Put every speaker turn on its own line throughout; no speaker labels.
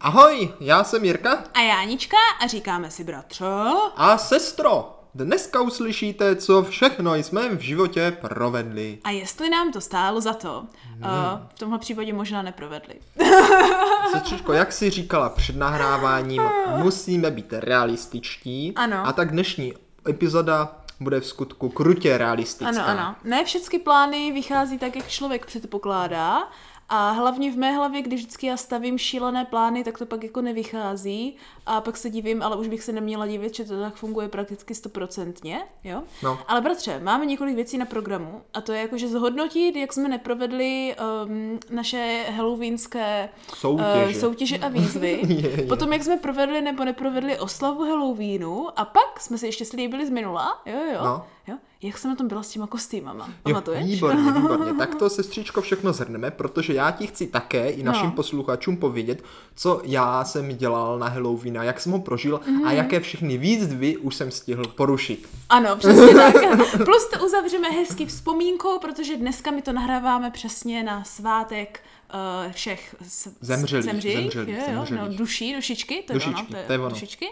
Ahoj, já jsem Jirka
A já Anička a říkáme si bratře.
a sestro. Dneska uslyšíte, co všechno jsme v životě provedli.
A jestli nám to stálo za to,
Hmm.
uh, v tomhle případě možná neprovedli.
Sestřičko, jak jsi říkala před nahráváním, musíme být realističtí.
Ano.
A tak dnešní epizoda bude v skutku krutě realistická.
Ano, ano. Ne všechny plány vychází tak, jak člověk předpokládá. A hlavně v mé hlavě, když vždycky já stavím šílené plány, tak to pak jako nevychází. A pak se divím, ale už bych se neměla divit, že to tak funguje prakticky stoprocentně, jo?
No.
Ale bratře, máme několik věcí na programu a to je jakože zhodnotit, jak jsme neprovedli um, naše halloweenské
Soutěže.
eh, soutěže a výzvy.
Je, je.
Potom, jak jsme provedli nebo neprovedli oslavu Halloweenu a pak jsme si ještě slíbili z minula, jo, jo,
No.
jo. Jak jsem na tom byla s těma kostýmama?
Jo,
Pamatuješ?
výborně, výborně. Tak to, sestřičko, všechno zhrneme, protože já ti chci také i
No.
našim posluchačům povědět, co já jsem dělal na Halloween a jak jsem ho prožil
Mhm.
a jaké všechny výzvy už jsem stihl porušit.
Ano, přesně tak. Plus to uzavřeme hezky vzpomínkou, protože dneska my to nahráváme přesně na svátek uh, všech s-
Zemřelých,
zemřelých,
zemřelých,
jo, jo,
zemřelých.
no, duší, dušičky, to
Dušičky,
je ono, to je, to je ono. dušičky.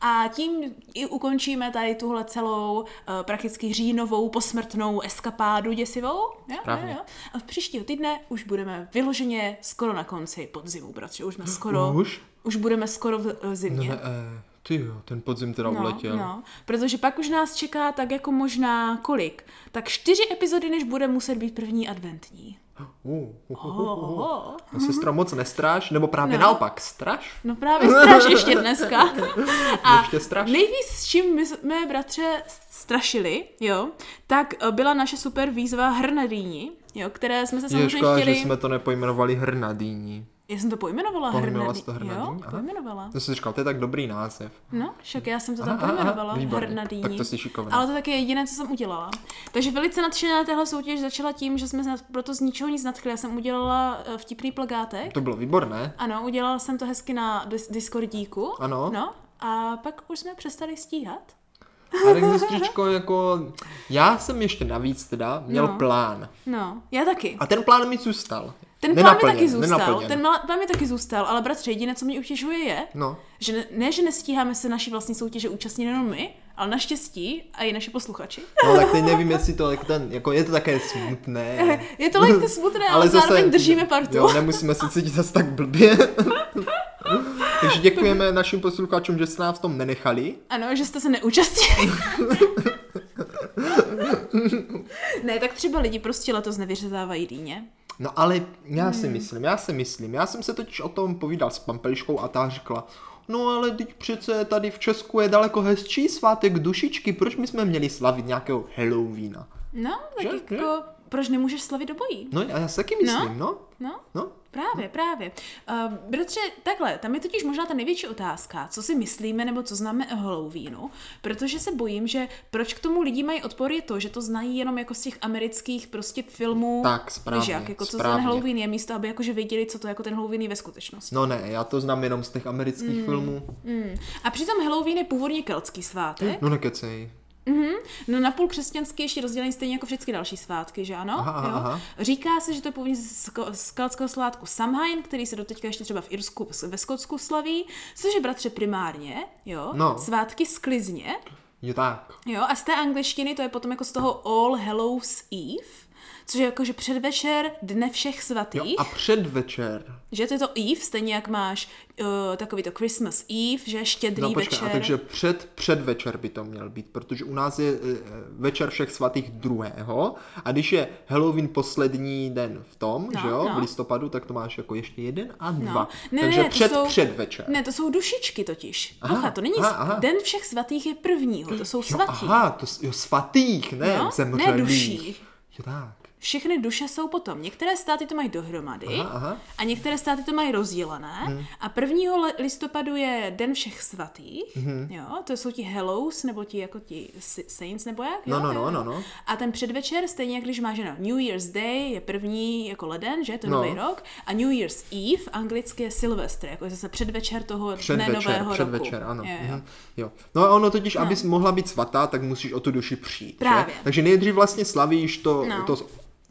A tím i ukončíme tady tuhle celou uh, prakticky říjnovou posmrtnou eskapádu děsivou. Jo, jo,
Správně.
jo. A v příštího týdne už budeme vyloženě skoro na konci podzimu, protože už jsme skoro...
Už?
Už budeme skoro v v zimě.
Ne, eh, ty jo, ten podzim teda uletěl.
No, protože pak už nás čeká tak jako možná kolik? Tak čtyři epizody, než bude muset být první adventní.
Uh, uh, uh, uh, uh.
Ohoho.
No, sestra moc nestráš, nebo právě
No.
naopak, straš?
No právě straš ještě dneska. A
Ještě straš?
nejvíc, s čím my jsme bratře strašili, jo, tak eh, byla naše super výzva Hrnadýni, jo, které jsme se
Je
samozřejmě
škoda,
chtěli...
že jsme to nepojmenovali hrnadýní.
Já jsem to pojmenovala
Pojmenovala jsi to
Hrnadý-
Hrnadýni?
Jo,
Aha.
pojmenovala.
To jsi říkal, to je tak dobrý název.
No, však já jsem to
Aha,
tam
aha, aha,
pojmenovala,
výborně.
Hernadýni.
Tak to jsi šikovná.
Ale to taky je jediné, co jsem udělala. Takže velice nadšená na téhle soutěž začala tím, že jsme se nad- proto z ničeho nic nadchli. Já jsem udělala eh, vtipný plagátek.
To bylo výborné.
Ano, udělala jsem to hezky na dis- Discordíku.
Ano.
No, a pak už jsme přestali stíhat.
Ale sestřičko, jako... Já jsem ještě navíc teda měl
No.
plán.
No, já taky.
A ten plán mi zůstal.
Ten plán mi taky
Nenaplněn,
zůstal.
nenaplněn.
Ten mla- plán mi taky zůstal, ale bratře, jediné, co mě utěžuje, je,
No,
že ne, ne, že nestíháme se naší vlastní soutěže účastnit jenom my, ale naštěstí a i naši posluchači.
no tak teď nevím, jestli to jak ten, jako je to také smutné.
Je to lehce smutné, ale, ale zároveň držíme partu.
No. Jo, nemusíme se cítit zase tak blbě. Takže děkujeme našim posluchačům, že jste nás v tom nenechali.
Ano, že jste se neúčastnili. ne, tak třeba lidi prostě letos nevyřezávají dýně.
No ale já
Hmm.
si myslím, já si myslím, já jsem se totiž o tom povídal s Pampeliškou a ta řekla, no ale teď přece tady v Česku je daleko hezčí svátek dušičky, proč my jsme měli slavit nějakého Halloweena?
No, tak
Že?
jako, proč nemůžeš slavit obojí?
No já si taky myslím, no.
No,
No,
právě, právě. Uh, bratře, takhle, tam je totiž možná ta největší otázka, co si myslíme nebo co známe o Halloweenu, protože se bojím, že proč k tomu lidi mají odpor je to, že to znají jenom jako z těch amerických prostě filmů.
Tak,
Víš
správně,
jak, jako co
správně.
ten Halloween je, místo aby jakože věděli, co to jako ten Halloween je ve skutečnosti.
no ne, já to znám jenom z těch amerických filmů.
Mm. A přitom Halloween je původně keltský svátek,
No nekecej. Mhm.
no napůl křesťanský ještě rozdělený stejně jako všechny další svátky, že ano?
Aha, aha,
jo?
aha.
Říká se, že to je původně z ko- z keltského svátku Samhain, který se doteďka ještě třeba v Irsku, ve Skotsku slaví, což je bratře primárně, jo?
No.
Svátky sklizně,
Je tak.
jo? A z té angličtiny to je potom jako z toho All Hallows Eve, což je jako, že předvečer dne všech svatých.
Jo, a předvečer.
Že to je to Eve, stejně jak máš uh, takový to Christmas Eve, že štědrý
No počkej,
večer.
a takže před, předvečer by to měl být, protože u nás je e, večer všech svatých druhého a když je Halloween poslední den v tom,
No,
že jo, v
no.
listopadu, tak to máš jako ještě jeden a dva.
Ne,
takže
ne, to
před
jsou-
předvečer.
Ne, to jsou dušičky totiž.
Aha,
Aha, Pocha, to není
aha,
aha,
aha.
den všech svatých je prvního, to jsou
jo,
svatí.
aha, to s- jo, svatých, ne,
No, ne
zemřelých.
duší.
Jo tak.
Všechny duše jsou potom. Některé státy to mají dohromady
Aha, aha. Hmm.
a některé státy to mají rozdělené. A prvního le- listopadu je den všech svatých.
Mhm.
Jo, to jsou ti Hellows, nebo ti jako ti si- Saints, nebo jak?
No,
jo,
no,
jo,
no,
jo.
no, no.
A ten předvečer, stejně jak když máš no, New Year's Day, je první jako leden, že? To je
No.
no. nový rok. A New Year's Eve, anglicky je Silvestr, jako je zase předvečer toho dne
Předvečer,
nového
předvečer,
roku.
ano.
Jo, jo.
Mhm. Jo. No a ono totiž, no. abys mohla být svatá, tak musíš o tu duši přijít.
Právě.
Že? Takže nejdřív vlastně slavíš to, no.
No. Mhm.
to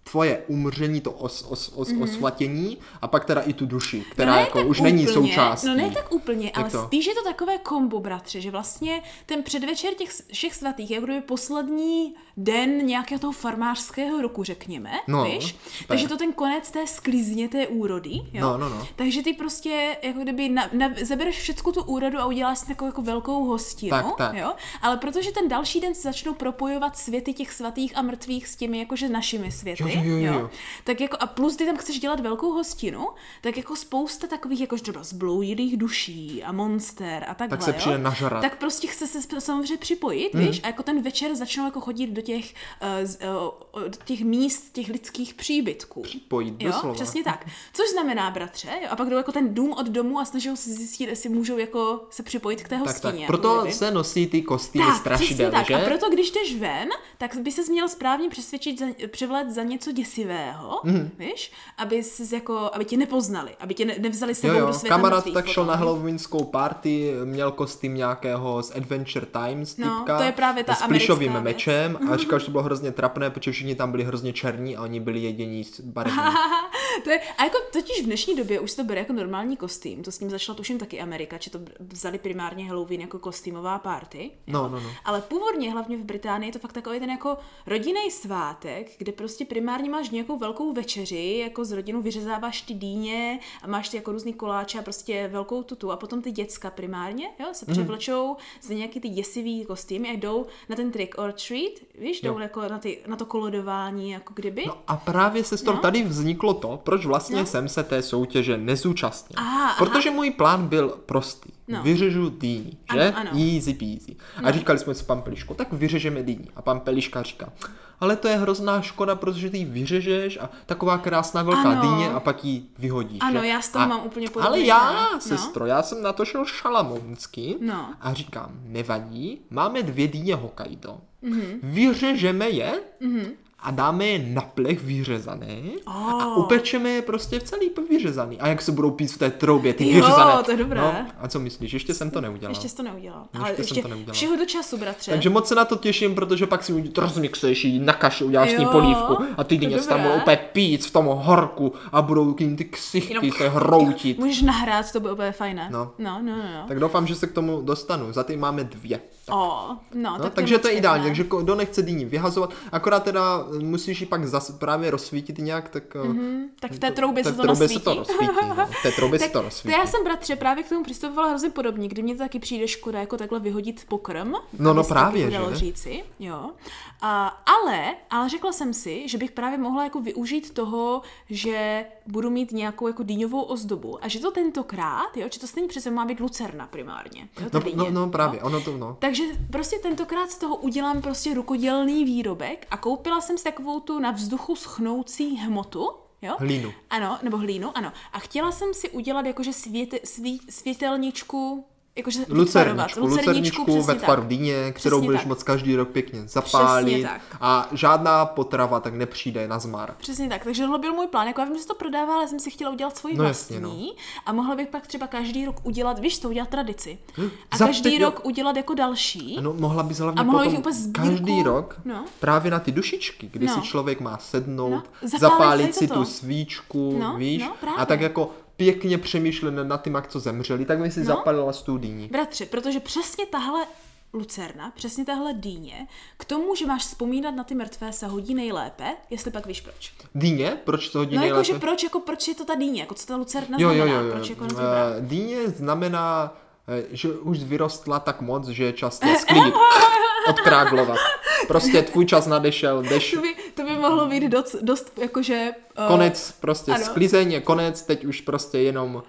tvoje umření, to os, os, os, mm-hmm. osvatění a pak teda i tu duši, která
no ne
jako
tak
už není
úplně,
součástí.
No ne tak úplně, ale
to?
spíš je to takové kombo, bratře, že vlastně ten předvečer těch s- všech svatých je jako kdyby poslední den nějakého toho farmářského roku, řekněme,
No,
víš?
super.
Takže to ten konec té sklizně té úrody, jo?
No, no, no.
Takže ty prostě jako kdyby na, na, zabereš všecku tu úrodu a uděláš si takovou jako velkou hostinu,
Tak, tak.
jo? Ale protože ten další den se začnou propojovat světy těch svatých a mrtvých s těmi jakože našimi světy,
Jo, jo, jo, jo.
tak jako a plus ty tam chceš dělat velkou hostinu, tak jako spousta takových jako třeba zbloudilých duší a monster a takhle,
Tak se
jo?
přijde nažrat. Mhm.
Tak prostě chce se sp- samozřejmě připojit, víš? A jako ten večer začnou jako chodit do těch, eh, z- eh, o- do těch míst, těch lidských příbytků.
Pojít
Jo,
doslova. Mhm.
přesně tak. Což znamená, bratře, jo, a pak jdou jako ten dům od domu a snaží se zjistit, jestli můžou jako se připojit k té
tak, tak.
hostině. jako
Proto
kdyby.
se nosí ty kostýmy strašidel,
přesně tak.
že?
A proto, když jdeš ven, tak by ses měl správně přesvědčit, za, převlet za něco děsivého, mm.
Mhm.
víš? Aby, ses jako, aby tě nepoznali, aby tě ne, nevzali s
Jo,
sebou do
jo,
světa
kamarád
mrtvých jako
tak šel
potom.
na halloweenskou party, měl kostým nějakého z Adventure Times
No,
typka,
to je právě ta
s plišovým
americká věc.
mečem a říkal, že to bylo hrozně trapné, protože všichni tam byli hrozně černí a oni byli jediní s- barevní.
to je, a jako totiž v dnešní době už se to bere jako normální kostým, to s ním začala tuším taky Amerika, že to b- vzali primárně Halloween jako kostýmová party.
No, no, no.
Ale původně, hlavně v Británii, je to fakt takový ten jako rodinný svátek, kde prostě primárně máš nějakou velkou večeři, jako s rodinou vyřezáváš ty dýně a máš ty jako různý koláče a prostě velkou tutu a potom ty děcka primárně, jo, se
Mhm.
převlečou za nějaký ty děsivý kostýmy a jdou na ten trick or treat, víš, jdou
Jo.
jako na, ty, na to kolodování, jako kdyby.
No a právě, sestro,
No.
no. tady vzniklo to, proč vlastně no. jsem se té soutěže nezúčastnil.
Aha,
Protože můj plán byl prostý.
No.
No. Vyřežu dýni,
Ano,
že?
ano. No.
Easy peasy. A říkali jsme si pampeliško, tak vyřežeme dýni. A pampeliška říká, ale to je hrozná škoda, protože ty ji vyřežeš a taková krásná velká
Ano.
dýně a pak ji vyhodíš.
Ano,
že?
já z toho
a,
mám úplně podobný
Ale já,
plán. No.
sestro, já jsem na to šel šalamounský
No.
a říkám, nevadí, máme dvě dýně Hokkaido,
Mhm.
mm-hmm. vyřežeme je mm-hmm. a dáme je na plech vyřezané a
Oh.
upečeme je prostě v celý vyřezaný. A jak se budou pít v té troubě ty
Jo,
vyřezané.
to je dobré.
No, a co myslíš, ještě jsem to neudělal.
Ještě jsi to neudělal.
No,
Ale
ještě jsem
ještě
to neudělal.
všeho do času, bratře.
Takže moc se na to těším, protože pak si uděl- rozmixuješ ji na kaši, uděláš s ní
Jo,
polívku a ty
to
dýně se tam
dobré.
budou úplně pít v tom horku a budou k ním ty ksichty se hroutit.
Můžeš nahrát, to bude úplně fajné.
No.
no, no, no. no.
Tak doufám, že se k tomu dostanu. Za ty máme dvě.
O, no,
No,
tak
takže
moc
to je ideální,
pěkné.
takže ko- kdo nechce dýni vyhazovat, akorát teda eh, musíš ji pak zas právě rozsvítit nějak, tak mm-hmm.
Tak v té troubě Mhm. se to
troubě
nasvítí.
se to rozsvítí. No. V té troubě se to
tak to
rozsvítí.
já jsem bratře právě k tomu přistupovala hrozně podobně, kdy mě to taky přijde škoda jako takhle vyhodit pokrm.
no,
aby se to
právě,
taky
že?
dalo říci, jo. A, ale, ale řekla jsem si, že bych právě mohla jako využít toho, že budu mít nějakou jako dýňovou ozdobu a že to tentokrát, jo, že to stejně přece má být lucerna primárně. Jo, ta
No,
dýně,
no, no, právě, ono to, no.
Takže prostě tentokrát z toho udělám prostě rukodělný výrobek a koupila jsem si takovou tu na vzduchu schnoucí hmotu, jo?
Hlínu.
Ano, nebo hlínu, ano. A chtěla jsem si udělat jakože svět, sví, světelničku, jakože vytvarovat.
Lucerničku, lucerničku
přesně
ve tvaru
tak.
dýně, kterou
Přesně
budeš
tak.
moc každý rok pěkně zapálit
tak.
a žádná potrava tak nepřijde na zmar.
Přesně tak, takže tohle byl můj plán. Jako já vím, že se to prodává, ale jsem si chtěla udělat svoji
No jasně,
vlastní a mohla bych pak třeba každý rok udělat, víš, to udělat tradici. A
Hm, Za-
každý
teď jo.
rok udělat jako další.
No, mohla bys hlavně
A mohla
potom
bych úplně sbírku-
každý rok
no.
právě na ty dušičky, kdy
No.
si člověk má sednout,
No, zapálit tady
zapálit si
toto.
tu svíčku,
No,
víš,
no, právě.
a tak jako pěkně přemýšlet nad tím, jak co zemřeli, tak by si
No.
zapalila z tu dýní.
Bratře, protože přesně tahle lucerna, přesně tahle dýně, k tomu, že máš vzpomínat na ty mrtvé, se hodí nejlépe, jestli pak víš proč.
Dýně? Proč to hodí
No
nejlépe?
jakože proč, jako proč je to ta dýně, jako co ta lucerna
jo, jo,
znamená,
jo, jo.
proč jako
Eh,
na to brát.
Dýně znamená, eh, že už vyrostla tak moc, že je čas tě sklidit, odkráglovat. Prostě tvůj čas nadešel, deš,
To by, to by mohlo být dost, dost jakože... eh,
konec, prostě
ano.
sklizeň je konec, teď už prostě jenom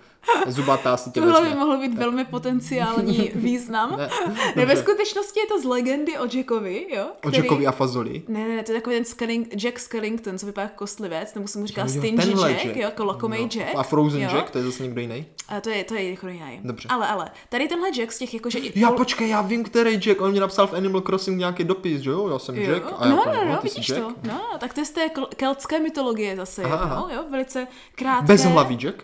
zubatá si tě
Tohle by
vezme.
mohlo být velmi potenciální význam.
Ne,
Ne, ve
dobře.
skutečnosti je to z legendy o Jackovi, jo?
O Jackovi a Fazoli.
Ne, ne, ne, to je takový ten Skelling, Jack Skellington, co vypadá jako kostlivec, tomu se mu říká
Jo,
Stingy
tenhle No,
Jack, jo, jako lakomý Jack.
A Frozen
jo?
Jack, to je zase někdo jiný.
A to je, to je jako jiný.
Dobře.
Ale, ale, tady tenhle Jack z těch jakože...
Já počkej, já vím, který Jack, on mě napsal v Animal Crossing nějaký dopis, že jo, já jsem
Jo,
Jack.
no,
já,
no, no,
no, ty jsi
vidíš to. No, tak to je z té kl- keltské mytologie zase,
Aha,
aha,
aha.
jo, velice krátké.
Bezhlavý Jack.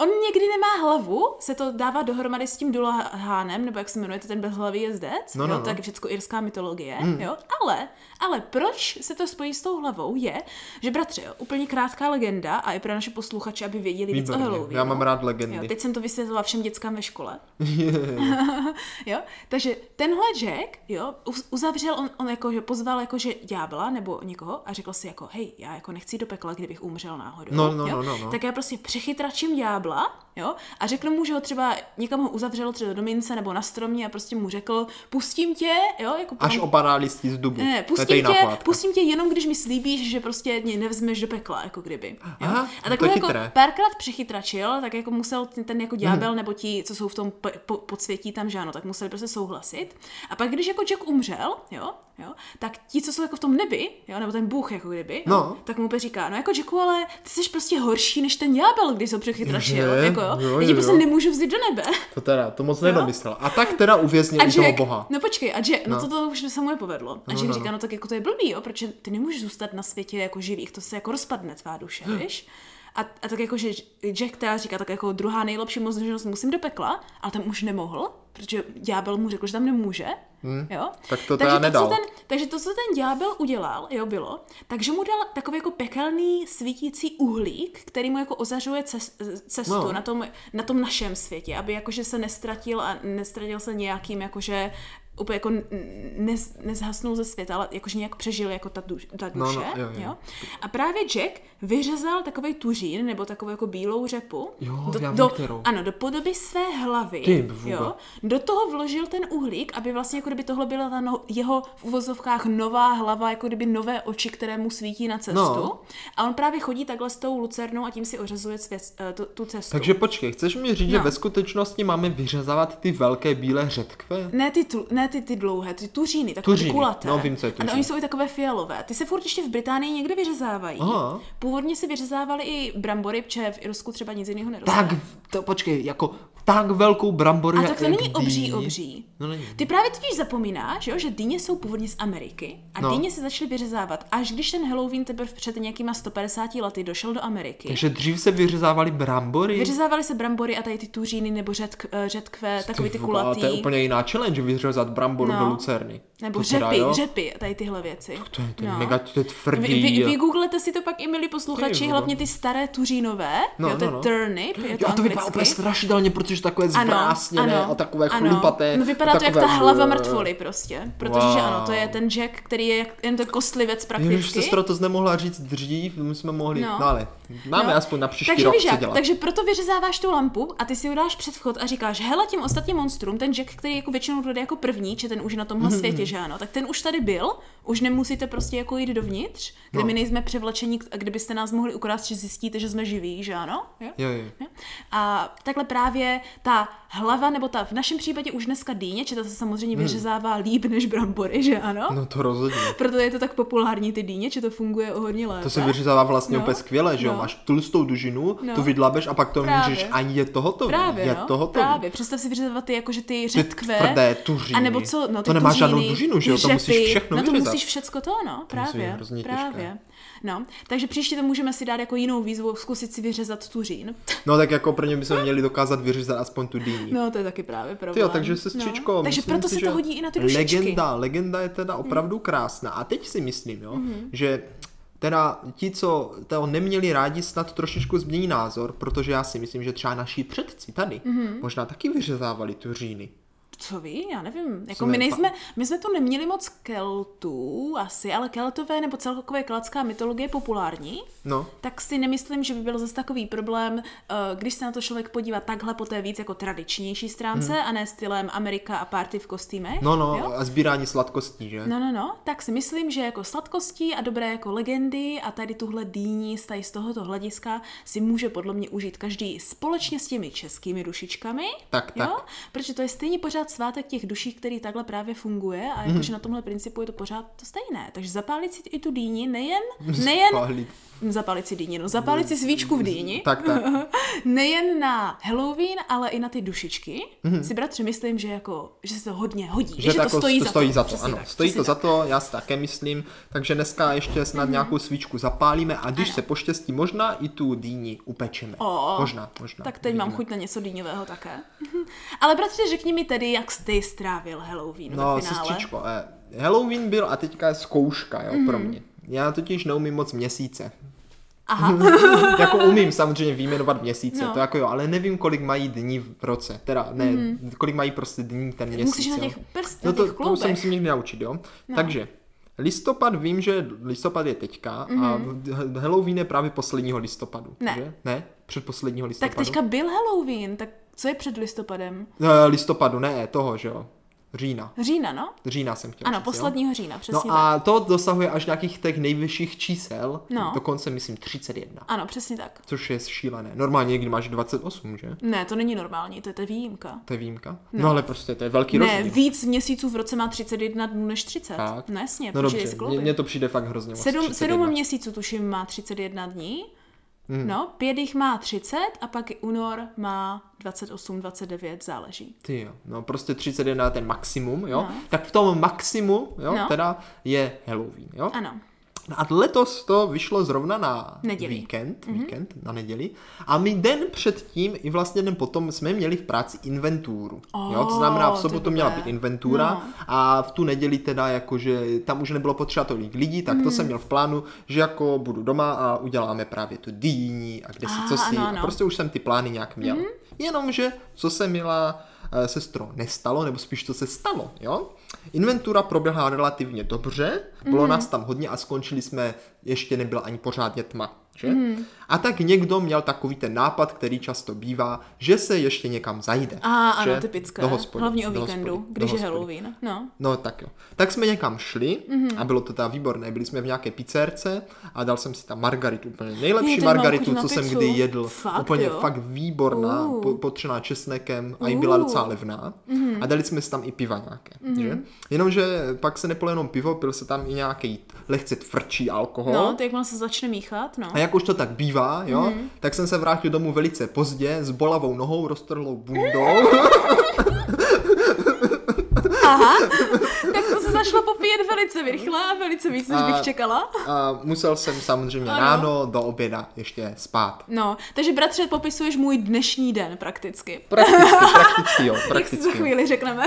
On někdy nemá hlavu, se to dává dohromady s tím Dulahánem, nebo jak se jmenuje to ten bezhlavý jezdec,
No, Hmm. no,
jo,
no.
to je všecko irská mytologie, jo, ale, ale proč se to spojí s tou hlavou je, že bratře, jo, úplně krátká legenda a i pro naše posluchače, aby věděli víc o Halloweenu.
Já mám rád
Jo,
legendy.
teď jsem to vysvětlila všem dětskám ve škole. jo, takže tenhle Jack, jo, uz- uzavřel, on, on jako, že pozval jako, že ďábla nebo někoho a řekl si jako, hej, já jako nechci jít do pekla, kdybych umřel náhodou.
No, no,
jo?
no, no, no.
Tak já prostě přechytračím ďábla, jo, a řekl mu, že ho třeba někam ho uzavřelo třeba do mince nebo na stromě a prostě mu řekl, pustím tě, jo, jako
Až opadá listí z dubu.
ne,
to je
pustím
jiná
tě,
pohádka.
pustím tě jenom, když mi slíbíš, že prostě mě nevzmeš do pekla, jako kdyby. Jo?
Aha,
a
no to
takhle
je
jako
chytré. Hmm.
párkrát přechytračil, tak jako musel ten, ten jako ďábel nebo ti, co jsou v tom p- po- podsvětí tam, že ano, tak museli prostě souhlasit. A pak, když jako Jack umřel, jo, jo, tak ti, co jsou jako v tom nebi, jo, nebo ten bůh, jako kdyby,
No.
tak mu úplně říká, no jako Jacku, ale ty jsi prostě horší než ten ďábel, když jsi ho přechytračil,
Že?
jako jo,
Jo,
já tě
jo,
prostě
jo.
nemůžu vzít do nebe.
To teda, to moc nedomyslel. A tak teda uvěznil i
A
toho
Jack,
boha.
no počkej, a Jack, no, no to, to už se mu nepovedlo. A Jack
no, no.
říká, no tak jako to je blbý, jo, protože ty nemůžeš zůstat na světě jako živých, to se jako rozpadne tvá duše,
Hm.
víš? A, a tak jako, že Jack teda říká, tak jako druhá nejlepší možnost, musím do pekla, ale tam už nemohl, protože ďábel mu řekl, že tam nemůže, jo?
Hm. Tak to
takže
teda nedal.
Co ten, takže to, co ten ďábel udělal, jo, bylo, takže mu dal takový jako pekelný svítící uhlík, který mu jako ozařuje cest, cestu
No.
na, tom, na tom našem světě, aby jakože se nestratil a nestratil se nějakým jakože úplně jako n- nez, nezhasnul ze světa, ale jakože nějak přežil jako ta, duš, ta
No, no,
duše.
jo, jo.
A právě Jack vyřezal takový tuřín, nebo takovou jako bílou řepu.
Jo,
do,
já vím,
do,
kterou.
ano, do podoby své hlavy.
Ty vůbec.
jo, do toho vložil ten uhlík, aby vlastně jako kdyby tohle byla ta no, jeho v uvozovkách nová hlava, jako kdyby nové oči, které mu svítí na cestu.
No.
A on právě chodí takhle s tou lucernou a tím si ořezuje cvěst, eh, tu, tu cestu.
Takže počkej, chceš mi říct, že
No.
ve skutečnosti máme vyřezávat ty velké bílé řetkve?
Ne ty, tu, ne ty, ty dlouhé, ty tuříny, takové
Tuříny,
ty kulaté.
no, vím, co je
Ano,
tuřín.
oni jsou i takové fialové. Ty se furt ještě v Británii někde vyřezávají.
Aha.
Původně se vyřezávali i brambory, protože v Irsku třeba nic jiného neroste.
Tak, to počkej, jako tak velkou bramboru,
A
jak-
tak to
jak
není obří,
dýni.
obří.
No není.
Ty právě totiž zapomínáš, jo, že dýně jsou původně z Ameriky a
No.
dýně se začaly vyřezávat, až když ten Halloween teprve před nějakýma 150 lety došel do Ameriky.
Takže dřív se vyřezávali brambory?
Vyřezávaly se brambory a tady ty tuříny nebo řetk, eh, řetkve, takový ty
vole, ale
kulatý.
To je úplně jiná challenge, vyřezat bramboru
No.
do lucerny.
Nebo
To teda,
řepy,
jo?
řepy, tady tyhle věci.
To je, to je mega, to je
Vy,
tvrdý.
vy, vygooglete si to pak i milí posluchači,
Ty,
hlavně ty staré tuřínové,
No,
jo, to je
no, no.
turnip, je to
Jo, a to vypadá
anglicky.
úplně strašidelně, protože takové zvrásněné a takové
ano.
chlupaté.
No vypadá to jak
takové-
ta hlava mrtvoly prostě, protože že ano, to je
Wow.
ten Jack, který je jak, jen to koslivec
Ježiš,
prakticky.
sestra, to jsi nemohla říct dřív, my jsme mohli,
No.
no, ale máme
No.
aspoň na příští
takže
rok
víš
co
jak,
dělat.
takže proto vyřezáváš tu lampu a ty si udáš předchod a říkáš, hele těm ostatním monstrům, ten Jack, který jako většinou dojde jako první, že ten už je na tomhle
Mhm.
světě, že ano, tak ten už tady byl, už nemusíte prostě jako jít dovnitř, kde
No.
my nejsme převlečení, a kdybyste nás mohli ukrást, že zjistíte, že jsme živí, že ano? Jo?
Jo, jo.
A takhle právě ta hlava, nebo ta v našem případě už dneska dýně, či ta se samozřejmě vyřezává líp než brambory, že ano?
Hmm. No to rozhodně.
Proto je to tak populární ty dýně, či to funguje o hodně lépe.
To se vyřezává vlastně
No,
úplně skvěle, že jo?
no.
Máš tlustou dužinu,
No.
tu vydlabeš a pak to
Právě.
můžeš a je to hotové.
Právě,
je
no,
to hotové.
právě. Představ si vyřezovat ty, jakože ty
Ty
řetkve.
tvrdé tuříny.
A nebo co, no ty
to nemá
tuříny,
žádnou dužinu, že
ty
jo? To musíš
řepy,
všechno
No to
vyřezat.
musíš všecko to, no,
musí být
právě.
hrozně těžké.
právě. No, takže příště to můžeme si dát jako jinou výzvu, zkusit si vyřezat tuřín.
No tak jako prvně bychom měli dokázat vyřezat aspoň tu dýni.
No, to je taky právě problém.
Tyjo, takže sestřičko,
no. Takže
myslím
proto
si,
se
že
to hodí i na ty dušičky. Mm.
Legenda, legenda je teda opravdu krásná. A teď si myslím, jo,
Mhm.
že teda ti, co to neměli rádi, snad trošičku změní názor, protože já si myslím, že třeba naši předci tady
Mhm.
možná taky vyřezávali tu říny.
Co ví, já nevím. Jako
Jsme
my
pa-
nejsme, my jsme tu neměli moc keltů asi, ale keltové nebo celkově keltská mytologie je populární.
No,
tak si nemyslím, že by byl zase takový problém, eh, když se na to člověk podívá takhle po té víc jako tradičnější stránce a ne stylem Amerika a party v kostýmech.
Hmm. no, no,
Jo?
a sbírání sladkostí, že?
No, no, no, tak si myslím, že jako sladkosti a dobré jako legendy a tady tuhle dýní z, tady z tohoto hlediska si může podle mě užít každý společně s těmi českými dušičkami.
Tak, tak.
Jo? Protože to je stejně pořád vybrat svátek těch duší, který takhle právě funguje
Mhm.
a jakože na tomhle principu je to pořád to stejné. Takže zapálit si i tu dýni, nejen, nejen
Spálit.
zapálit si dýni, no zapálit si svíčku v dýni,
Tak, tak.
nejen na Halloween, ale i na ty dušičky, si bratře myslím, že jako, že se to hodně hodí, že, že to
tako
stojí,
Mhm. to
za,
jako stojí
to.
za to.
Přesně
ano,
tak,
stojí
přesně
to za
tak. Mhm.
to, já si také myslím. Takže dneska ještě snad nějakou svíčku zapálíme a když se poštěstí, možná i tu dýni upečeme.
O.
možná, možná.
Tak teď mám
uvidíme.
chuť na něco dýňového také. ale bratře, řekni mi tedy, jak jsi strávil Halloween
No,
ve finále.
sestřičko, eh, Halloween byl a teďka je zkouška, jo, pro
Mhm.
mě. Já totiž neumím moc měsíce.
Aha.
jako umím samozřejmě vyjmenovat měsíce,
No.
to jako jo, ale nevím, kolik mají dní v roce. Teda ne, kolik mají prostě dní ten měsíc.
Mhm. Musíš na
jo.
těch prst,
No
na
to,
těch
to se
kloubech. No.
musím někdy naučit, jo. Takže listopad vím, že listopad je teďka mm-hmm. a Halloween je právě posledního listopadu.
Mhm. Ne.
Že? Ne? Předposledního
Tak
listopadu.
teďka byl Halloween, tak co je před listopadem?
Eh, listopadu, ne, toho, že jo. Října.
Října, no?
Října jsem chtěl
Ano,
říct, jo.
posledního října, přesně
No
tak.
a to dosahuje až nějakých těch nejvyšších čísel,
No.
dokonce myslím 31,
Ano, přesně tak.
což je šílené. Normálně někdy máš 28, že?
Ne, to není normální, to je ta výjimka.
To je výjimka. No, no ale prostě to je velký
Ne,
rozdíl.
víc měsíců v roce má 31 dnů než 30.
Tak.
No jasně,
No
počkej,
dobře,
si
mně-
kloubek.
mně to přijde fakt hrozně moc.
Sedm,
31.
sedm měsíců tuším má 31 dní,
Hmm.
no, pět jich má 30 a pak i únor má 28, 29, záleží.
Ty jo, no prostě 31 je ten maximum, jo?
No.
Tak v tom maximu, jo,
No.
teda je Halloween, jo?
Ano,
No A letos to vyšlo zrovna na
Neděli. Mhm.
víkend, mm-hmm. víkend, na neděli. A my den předtím i vlastně den potom jsme měli v práci inventuru.
Ó,
jo? To znamená,
to
v
je
sobotu měla
dobré.
být inventura
No.
a v tu neděli teda jakože tam už nebylo potřeba tolik lidí, tak to jsem měl v plánu, že jako budu doma a uděláme právě tu dýni a kde si
Ah,
co si.
ano,
A
ano.
prostě už jsem ty plány nějak měl. Jenomže, co se měla eh, sestro nestalo, nebo spíš co se stalo, jo? Inventura proběhla relativně dobře, bylo nás tam hodně a skončili jsme, ještě nebyla ani pořádně tma, že? A tak někdo měl takový ten nápad, který často bývá, že se ještě někam zajde.
a ano,
že?
typické,
Do hospody,
hlavně o
do
víkendu,
hospody, do
když je
hospody.
Halloween, Mhm. no.
No tak jo. Tak jsme někam šli a bylo to teda výborné. Byli jsme v nějaké pizzerce a dal jsem si tam margaritu, úplně nejlepší
Je, teď mám
margaritu,
chuť na
co jsem
pizzu.
kdy jedl.
Fakt,
úplně
jo?
fakt výborná,
Uh.
po, potřená česnekem a i byla
Uh.
docela levná.
Mhm.
A dali jsme si tam i piva nějaké. Že? Jenomže pak se nepilo jenom pivo, pil se tam i nějaký lehce tvrdší alkohol.
No, Mhm. to jakmile se začne míchat, no.
A jak už to tak bývá, jo, tak jsem se vrátil domů velice pozdě, s bolavou nohou, roztrhlou bundou.
Tak to se zašlo popíjet velice rychle a velice víc, než
A-
bych čekala.
A musel jsem samozřejmě
Ano.
ráno do oběda ještě spát.
No, takže bratře, popisuješ můj dnešní den prakticky.
Prakticky, prakticky jo,
Jak no. si
prakticky.
za chvíli řekneme.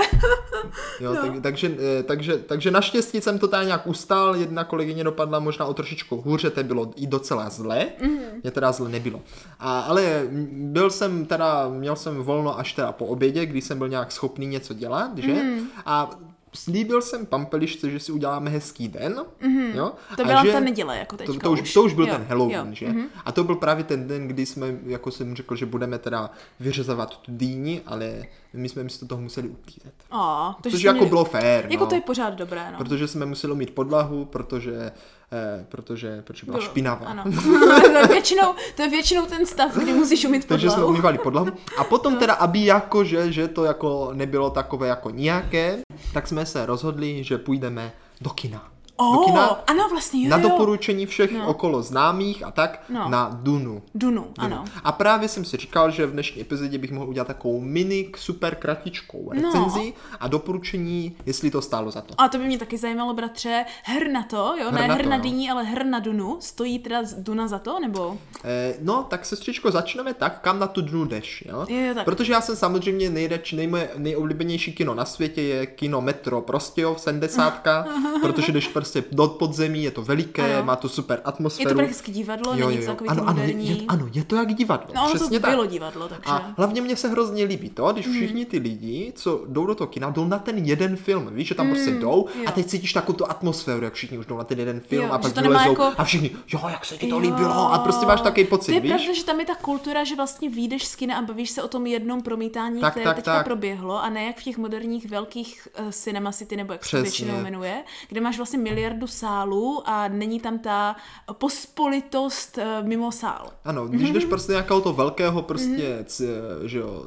Jo, tak, takže, eh, takže, takže naštěstí jsem to tady nějak ustál, jedna kolegyně dopadla možná o trošičku hůře, to bylo i docela zle,
Mhm.
mm-hmm. mě teda zle nebylo. A, ale m, byl jsem teda, měl jsem volno až teda po obědě, kdy jsem byl nějak schopný něco dělat, že?
Mhm.
Mm-hmm. A slíbil jsem pampelišce, že si uděláme hezký den, mm-hmm. jo?
Mhm. To
a
byla
že...
ta neděle, jako teďka
To, to, už, to už byl
Jo,
ten Halloween,
jo. Mhm.
že? A to byl právě ten den, kdy jsme, jako jsem řekl, že budeme teda vyřezovat tu dýni, ale my jsme místo toho museli utírat.
A, takže
Což
jsme
jako
měli-
bylo fér,
Jako
no.
to je pořád dobré, no.
Protože jsme museli mít podlahu, protože, eh, protože, protože byla
Bylo-
špinavá.
Ano. to, je většinou, to je většinou ten stav, kdy musíš umít
Takže jsme
podlahu. No.
umývali podlahu. A potom teda, aby jako, že, že to jako nebylo takové jako nějaké, tak jsme se rozhodli, že půjdeme do kina. do
Oh,
kina
ano, vlastně, jo,
na
jo.
doporučení všech
No.
okolo známých a tak
No.
na Dunu.
Dunu, ano.
A právě jsem si říkal, že v dnešní epizodě bych mohl udělat takovou mini k super kratičkou recenzi
No.
a doporučení, jestli to stálo za to.
A to by mě taky zajímalo, bratře, her na to, jo,
Her
ne
na
her
to, no.
na
jo.
dýní, ale her na Dunu, stojí teda z- Duna za to, nebo?
Eh, No, tak sestřičko, začneme tak, kam na tu dnu jdeš, jo?
Jo, jo, tak.
Protože já jsem samozřejmě nejradši, nejmoje, nejoblíbenější kino na světě je kino Metro Prostějov 70, protože jdeš prostě do podzemí, je to veliké,
Ano.
má to super atmosféru.
Je to prakticky divadlo, není to takový
ano,
to
ano, je,
moderní.
je, ano, je to jak divadlo,
no ono to
přesně tak.
bylo divadlo, takže.
A hlavně mě se hrozně líbí to,
Hmm.
když všichni ty lidi, co jdou do toho kina, jdou na ten jeden film. Víš, že tam prostě jdou a
Hmm, jo.
teď cítíš takovou tu atmosféru, jak všichni už jdou na ten jeden film
Jo,
a
že
pak
to nemá
vylezou
jako-
a všichni, jo, jak se ti to
Jo.
líbilo a prostě máš takový pocit,
To je
víš?
pravda, že tam je ta kultura, že vlastně výjdeš z kina a bavíš se o tom jednom promítání,
Tak,
které
tak,
teďka
tak.
proběhlo a ne jak v těch moderních velkých uh, Cinema City, nebo jak se
Přesně.
to většinou jmenuje, kde máš vlastně miliardu sálů a není tam ta pospolitost uh, mimo sál. Mhm.
Ano, když jdeš prostě nějakého toho velkého prostě, c, že jo,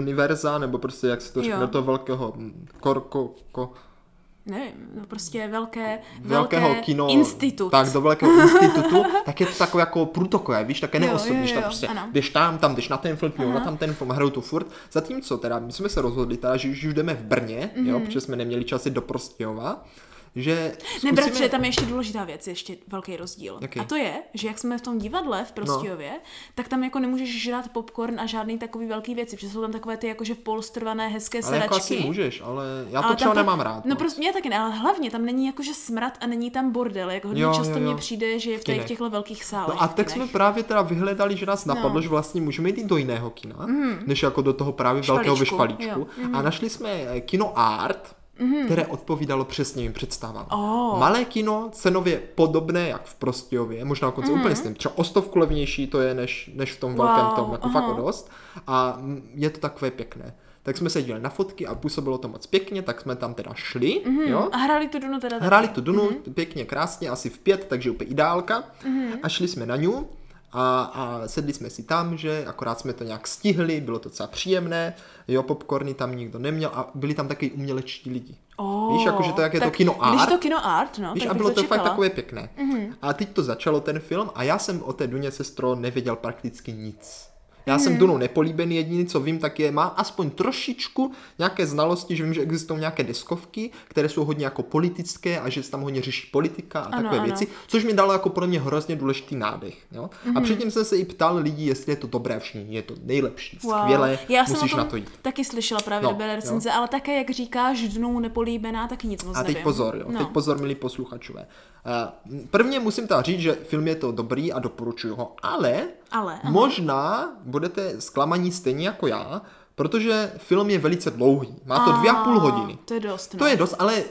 univerza, nebo prostě jak se to řekne,
Jo.
to velkého mm, kor, ko, ko,
nevím, no prostě velké, velké
velkého kino,
institut.
tak do velkého institutu, tak je to takové jako průtokové, víš, také
Jo,
neosobníš,
jo,
tak
jo,
prostě
ano.
jdeš tam, tam jdeš na ten film, jo, na tam ten film, hrajou tu furt, zatímco teda my jsme se rozhodli, teda, že už jdeme v Brně,
Mhm.
jo, protože jsme neměli časy do Prostějova, že
Ne,
zkusíme-
bratře, tam je ještě důležitá věc, ještě velký rozdíl.
Jaký?
A to je, že jak jsme v tom divadle v Prostějově, no. tak tam jako nemůžeš žrát popcorn a žádný takový velký věci, protože jsou tam takové ty jakože polstrvané hezké
ale jako
sedačky.
asi můžeš, ale já to
Ale
třeba
tam pro-
nemám rád.
No
moc.
prostě mě taky ne, ale hlavně tam není jakože smrad a není tam bordel, jak hodně
Jo,
jo,
jo,
často
jo.
mně přijde, že je v, tady, v
kinech.
těchto velkých sálech.
No a tak
v
jsme
kinech.
právě teda vyhledali, že nás napadlo,
No. Mhm.
že vlastně můžeme jít i do jiného kina, než jako do toho právě velkého
Špalíčku,
vyšpalíčku. A našli jsme eh, kino Art,
Mhm.
které odpovídalo přesně jim představám.
Oh.
Malé kino, cenově podobné jak v Prostějově, možná dokonce úplně s tím, třeba o stovku levnější to je než, než v tom
Mhm. Wow,
velkém tom, jako
aha.
fakt o dost. A mm, je to takové pěkné. Tak jsme se dívali na fotky a působilo to moc pěkně, tak jsme tam teda šli, jo.
Hm, A hráli tu Dunu teda
Hráli
taky.
tu Dunu
Mhm.
mm-hmm. pěkně, krásně, asi v pět, takže úplně ideálka. Mm-hmm. A šli jsme na ňu a, a sedli jsme si tam, že akorát jsme to nějak stihli, bylo to docela příjemné, jo, popcorny tam nikdo neměl a byli tam taky umělečtí lidi.
Oh,
Víš, jakože to, jak je to
tak
kino
Když je
art.
to kino art, no,
Víš,
tak
a
bych Mhm.
bylo to
čekala.
fakt takové pěkné. Mm-hmm. A teď to začalo ten film a já jsem o té Duně sestro nevěděl prakticky nic. Já jsem
Mhm.
Dunou nepolíbený, jediný, co vím, tak je, má aspoň trošičku nějaké znalosti, že vím, že existují nějaké deskovky, které jsou hodně jako politické a že se tam hodně řeší politika a
Ano,
takové
ano.
věci, což mi dalo jako pro mě hrozně důležitý nádech. Jo?
Mhm.
A předtím jsem se i ptal lidí, jestli je to dobré všichni, je to nejlepší, skvělé,
Já jsem
musíš
o tom
na to jít.
taky slyšela právě
No,
no, dobré recenze, ale také, jak říkáš, dnou nepolíbená, tak nic moc
A teď
nevím.
pozor, jo.
No.
Teď pozor, milí posluchačové. Eh, Prvně musím ta říct, že film je to dobrý a doporučuju ho, ale,
Ale, aha.
možná budete zklamaní stejně jako já, protože film je velice dlouhý. Má to dvě a půl hodiny.
To je dost. No.
To je dost, ale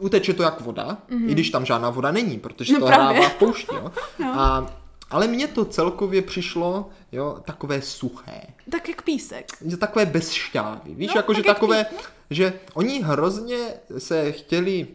uteče to jak voda, mm-hmm. i když tam žádná voda není, protože
Mhm. No
to
právě. No.
hrává v poušti. Jo. A, ale mně to celkově přišlo jo, takové suché
Tak jak písek.
že takové bez šťávy. Víš,
No,
jako
tak
že
jak
takové, že oni hrozně se chtěli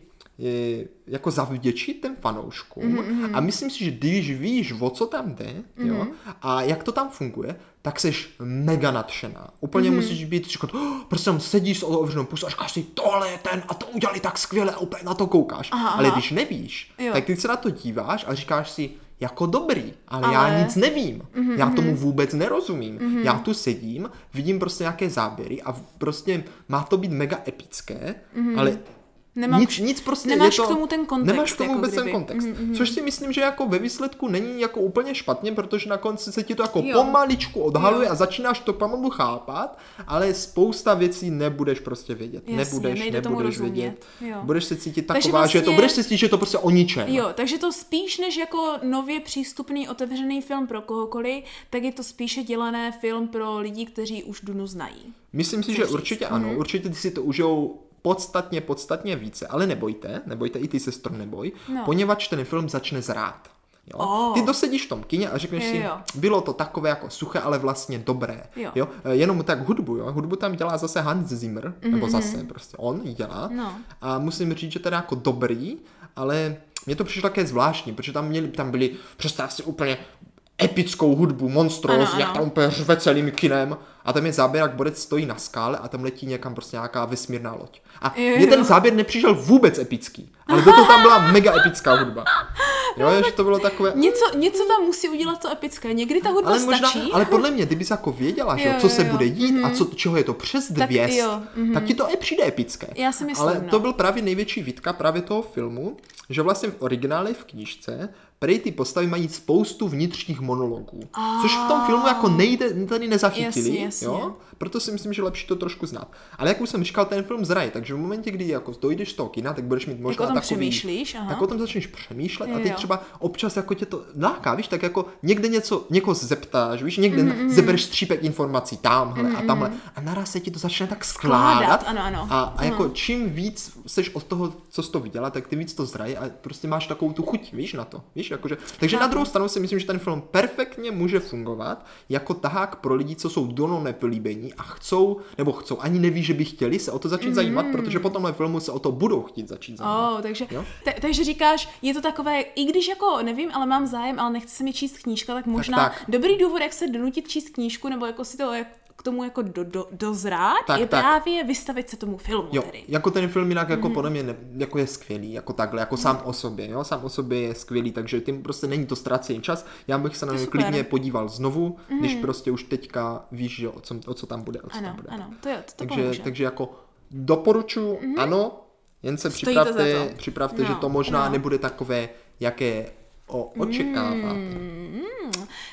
eh, jako zavděčit těm fanouškům
Mhm,
a myslím si, že když víš, o co tam jde jo, a jak to tam funguje, tak seš mega nadšená. Úplně
Mhm.
musíš být, říkat, "Oh, prostě tam sedíš s otevřenou pusou a říkáš si, tohle je ten a to udělali tak skvěle a úplně na to koukáš.
Aha,
Ale
aha.
když nevíš,
Jo.
tak ty se na to díváš a říkáš si, jako dobrý, ale, ale...
Ale- Mhm,
já nic nevím. Mm-hmm. Já tomu vůbec nerozumím. Mm-hmm. Já tu sedím, vidím prostě nějaké záběry a v- prostě má to být mega epické, mm-hmm. ale
Mhm. Nemám-
nic, nic prostě
nemáš
je to,
k tomu ten kontext,
Nemáš k tomu
jako
vůbec
kdyby.
ten kontext. Mm-hmm. Což si myslím, že jako ve výsledku není jako úplně špatně, protože na konci se ti to jako
Jo.
pomaličku odhaluje
Jo.
a začínáš to pomalu chápat, ale spousta věcí nebudeš prostě vědět.
Jasně,
nebudeš,
nejde tomu
nebudeš
rozumět.
vědět.
Jo.
Budeš se cítit
Takže
taková, že je to,
vlastně-
budeš se cítit, že je to prostě o ničem.
Jo, takže to spíš než jako nově přístupný otevřený film pro kohokoliv, tak je to spíše dělané film pro lidi, kteří už Dunu znají.
Myslím si,
Chceš
že
říct?
určitě ano, určitě si to užijou podstatně, podstatně více, ale nebojte, nebojte i ty sestro, neboj,
No.
poněvadž ten film začne zrát. Jo?
Oh.
Ty dosedíš v tom kině a řekneš
Jo,
si,
jo.
bylo to takové jako suché, ale vlastně dobré.
Jo.
Jo? E, Jenom tak hudbu, jo? hudbu tam dělá zase Hans Zimmer, mm-hmm. nebo zase prostě on ji dělá.
Mhm. No.
A musím říct, že teda jako dobrý, ale mně to přišlo také zvláštní, protože tam, měli, tam byli, představ si úplně epickou hudbu, monstros,
Ano,
jak
ano.
tam úplně řve celým kinem a tam je záběr, jak Borec stojí na skále a tam letí někam prostě nějaká vesmírná loď. A
Jo,
mně ten
jo.
záběr nepřišel vůbec epický, ale do toho tam byla mega epická hudba. Jo, že to bylo takové...
Něco, něco tam musí udělat to epické. Někdy ta hudba
Ale možná,
stačí.
ale podle mě, kdyby jsi jako věděla, že, jo,
Jo,
co
jo,
se
jo. Mhm.
bude dít a co, čeho je to přes
Tak
dvěst,
jo, mhm.
tak, ti to i přijde epické.
Já si myslím,
Ale
no.
to byl právě největší výtka právě toho filmu, že vlastně v originále v knížce prej ty postavy mají spoustu vnitřních monologů, což v tom filmu jako nejde, tady nezachytili,
Jasně, jasně.
jo? Proto si myslím, že lepší to trošku znát. Ale jak už jsem říkal, ten film zraje, takže v momentě, kdy jako dojdeš z toho kina, tak budeš mít možná
Jako o tom
takový...
přemýšlíš, aha.
Tak o tom začneš přemýšlet a
Jo,
teď
jo.
třeba občas jako tě to láká, víš, tak jako někde něco, někoho se zeptáš, víš, někde
Mm-hmm,
mm, zebereš střípek informací tamhle mm, a tamhle a naraz se ti to začne tak skládat.
Skládat, ano, ano.
A, a jako čím víc seš od toho, co jsi to viděla, tak ty víc to zraje a prostě máš takovou tu chuť, víš, na to, víš, jakože. Takže na druhou stranu si myslím, že ten film perfektně může fungovat jako tahák pro lidi, co jsou dono nepolíbení a chcou, nebo chcou, ani neví, že by chtěli se o to začít zajímat,
Mm-hmm.
protože po tomhle filmu se o to budou chtít začít zajímat.
Oh, takže,
No, Jo?
te, takže říkáš, je to takové, i když jako nevím, ale mám zájem, ale nechci se mi číst knížka, tak možná
tak.
dobrý důvod, jak se donutit číst knížku, nebo jako si to jak k tomu jako do, do, dozrát,
Tak,
je
tak.
právě vystavit se tomu filmu
Jo,
tedy.
jako ten film jinak
Mhm.
jako podle mě ne, jako je skvělý, jako takhle, jako sám o sobě, jo, sám o sobě je skvělý, takže tím prostě není to ztracený čas, já bych se na
To je
něj
super. Mhm.
klidně podíval znovu, když prostě už teďka víš, že o, co, o co tam bude, o co tam
Ano,
bude.
ano, to jo, to, to
takže,
pomůže. Mhm.
takže jako doporučuji, ano, jen se
Stojí to za
připravte,
to.
připravte
No,
že to možná
no.
nebude takové, jaké o, očekáváte.
Mm,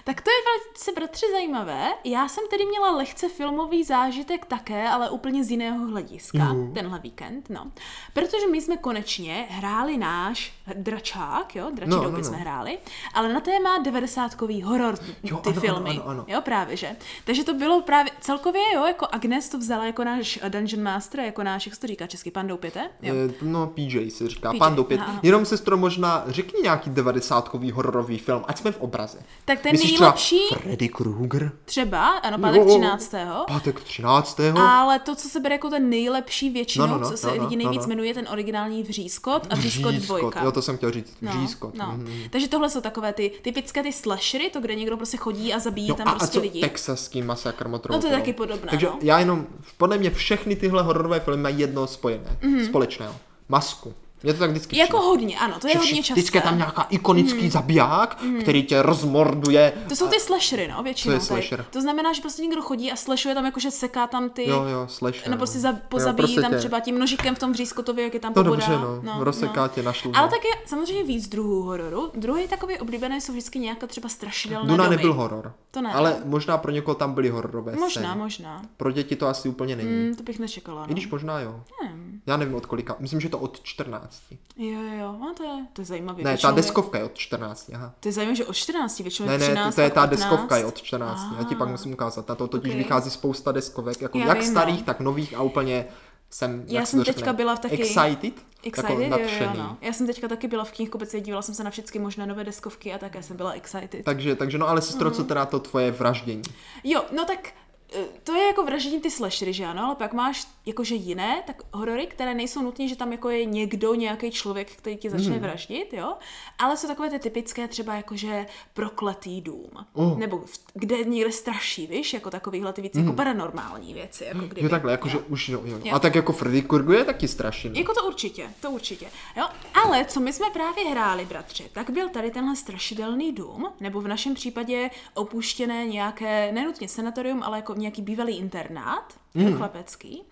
tak to je velice, bratři, zajímavé. Já jsem tedy měla lehce filmový zážitek také, ale úplně z jiného hlediska,
Jo.
tenhle víkend, no. Protože my jsme konečně hráli náš dračák, jo, dračí
No,
no,
no,
doby
no.
jsme hráli, ale na téma 90-kový horor ty
Jo, ano,
filmy.
ano, ano, ano.
Jo, právě, že. Takže to bylo právě celkově, jo, jako Agnes to vzala jako náš Dungeon Master, jako náš, jak se to říká česky, pan Doupěte, jo.
Eh, No, PJ se říká,
PJ,
pán do pět.
aha, aha.
Jenom sestro, možná řekni nějaký devadesátkový hororový film, ať jsme v obraze.
Tak ten
Myslíš
nejlepší,
Třeba Freddy Krueger?
třeba, ano, pátek 13.
Pátek 13.
Ale to, co se bere jako ten nejlepší většinou,
No, no, no,
co se
no, no,
lidi
no,
nejvíc
no.
jmenuje, ten originální Vřískot a Vřískot
Vřízkot,
dvojka.
jo, to jsem chtěl říct.
No,
Vřízkot.
no.
mhm.
Takže tohle jsou takové ty typické ty slashery, to, kde někdo prostě chodí a zabíjí
Jo,
tam
No a, a
prostě
co
lidi.
texaský masakr Motorola?
No, to je taky podobné,
Takže
no.
já jenom, podle mě všechny tyhle hororové filmy mají jedno spojené, společného. Masku. Je to tak vždycky
Mhm. Jako
přijde.
hodně, ano, to je
Že
hodně
vši-
časté. Mhm.
Vždycky je tam nějaká ikonický zabiják, který tě rozmorduje.
To jsou ty slashery, no, většinou.
je
tady.
slasher?
To znamená, že prostě někdo chodí a slashuje tam, jakože seká tam ty...
Jo, jo, slasher.
No prostě za, pozabíjí tam třeba tím nožikem v tom vřízkotově, jak je tam
To
pobodá.
dobře, no. Rozseká tě no. na šlunu.
Ale tak je samozřejmě víc druhů hororu. Druhý takový oblíbené jsou vždycky nějaká třeba strašidelné
Duna
domy.
nebyl horor.
To ne,
Ale
no.
možná pro někoho tam byly hororové
Možná,
scény.
možná.
Pro děti to asi úplně není.
Mm, to bych nečekala,
Hmm. I
no.
když možná jo.
Nevím.
Já nevím od kolika. Myslím, že to od 14.
Jo, jo, jo, no to je, to je zajímavé.
Ne, ta
Většinou je-
deskovka je od 14. Aha.
To je zajímavé, že od 14, většinou
Ne,
je 13,
ne, to je
pak
ta
15.
deskovka je od 14. Já ti pak
Ah.
musím ukázat. Na to totiž
Ok.
vychází spousta deskovek, jako
Já
jak
vím, no.
starých, tak nových a úplně jsem.
Já
jak se
jsem
to řekne,
teďka byla v taky-
Excited?
Excited,
jako
jako jo, jo,
nadšený.
no. Já jsem teďka taky byla v knihkupectví, dívala jsem se na všechny možné nové deskovky a také jsem byla excited.
Takže, takže no ale sestro,
Mhm.
co teda to tvoje vraždění?
Jo, no tak eh, to je jako vraždění ty slashery, že ano, ale pak máš jakože jiné tak horory, které nejsou nutně, že tam jako je někdo, nějaký člověk, který ti začne
Hmm.
mm. vraždit, jo, ale jsou takové ty typické třeba jakože prokletý dům,
Oh.
nebo v, kde někde straší, víš, jako takovýhle ty víc jako paranormální věci, jako kdyby.
Jo Hmm. takhle, jakože už jo, jo.
Jo.
A tak jako Freddy Krueger je taky strašný.
Jako to určitě, to určitě. Jo, ale co my jsme právě hráli, bratře, tak byl tady tenhle strašidelný dům, nebo v našem případě opuštěné nějaké, nenutně sanatorium, ale jako nějaký bývalý internát, mm.
Hmm.
chlapecký.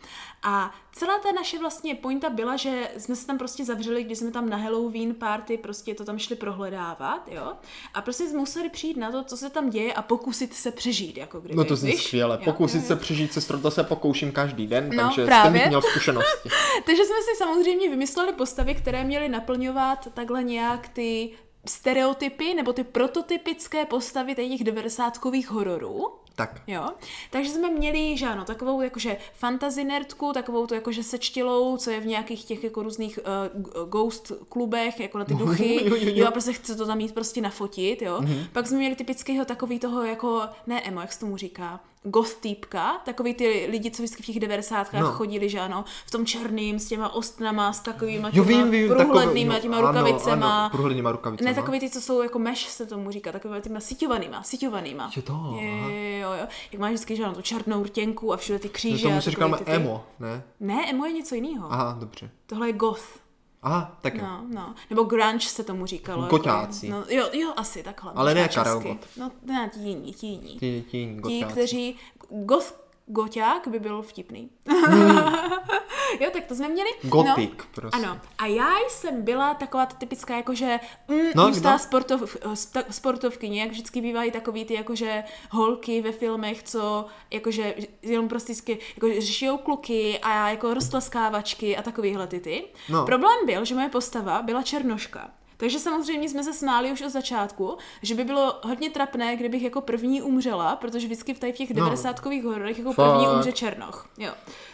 A celá ta naše vlastně pointa byla, že jsme se tam prostě zavřeli, když jsme tam na Halloween party prostě to tam šli prohledávat, jo. A prostě jsme museli přijít na to, co se tam děje a pokusit se přežít, jako kdyby.
No to zní
víš?
skvěle.
Jo, jo,
Pokusit
jo.
se přežít sestro, to se pokouším každý den,
No,
takže jste
právě.
mi měl zkušenosti.
Takže jsme si samozřejmě vymysleli postavy, které měly naplňovat takhle nějak ty stereotypy nebo ty prototypické postavy těch 90 hororů.
Tak.
Jo. Takže jsme měli, že ano, takovou jakože fantasy nerdku, takovou to jakože sečtilou, co je v nějakých těch jako různých uh, ghost klubech, jako na ty duchy.
jo, Mhm. jo, jo.
Jo, a prostě chce to tam jít prostě nafotit, jo. Mm-hmm. Pak jsme měli typického takový toho jako, ne emo, jak se tomu říká, goth týpka, takový ty lidi, co vždycky v těch devadesátkách
No.
no. chodili, že ano, v tom černým, s těma ostnama, s takovýma
Jo,
těma
vím, vím,
průhlednýma,
jo,
těma
ano,
rukavicema.
Ano, průhlednýma rukavicema.
Ne, takový ty, co jsou jako meš, se tomu říká, takovýma těma siťovanýma, siťovanýma.
Jo, to,
Jo,
aha.
jo, jo. Jak máš vždycky, že ano, tu černou rtěnku a všude ty
No,
kříže.
tomu
a
se
takový
říkáme
ty, ty...
emo, ne?
Ne, emo je něco jiného.
Aha, dobře.
Tohle je goth.
Aha, tak jo.
No, no. Nebo grunge se tomu říkalo. jako-
Koťáci.
no, jo, jo, asi takhle.
Ale
možná
ne Karel
česky.
Gott.
No, ne, ti jiní, ti jiní.
Ti, ti,
Ti,
goťáci.
kteří... Goth, goťák by byl vtipný. jo, tak to jsme měli.
Hmm. Gothic,
no,
prostě.
Ano. A já jsem byla taková ta typická, jakože mm,
No,
no, ústá
no.
sportov, eh, sta- sportovkyně, jak vždycky bývají takový ty jakože holky ve filmech, co jakože jenom prostě vždycky, jako řešijou kluky a jako roztleskávačky a takovýhle ty ty.
No.
Problém byl, že moje postava byla černoška. Takže samozřejmě jsme se smáli už od začátku, že by bylo hodně trapné, kdybych jako první umřela, protože vždycky v tady v těch
No.
90 hororech jako první
Fakt. Hmm,
umře Černoch. Jo.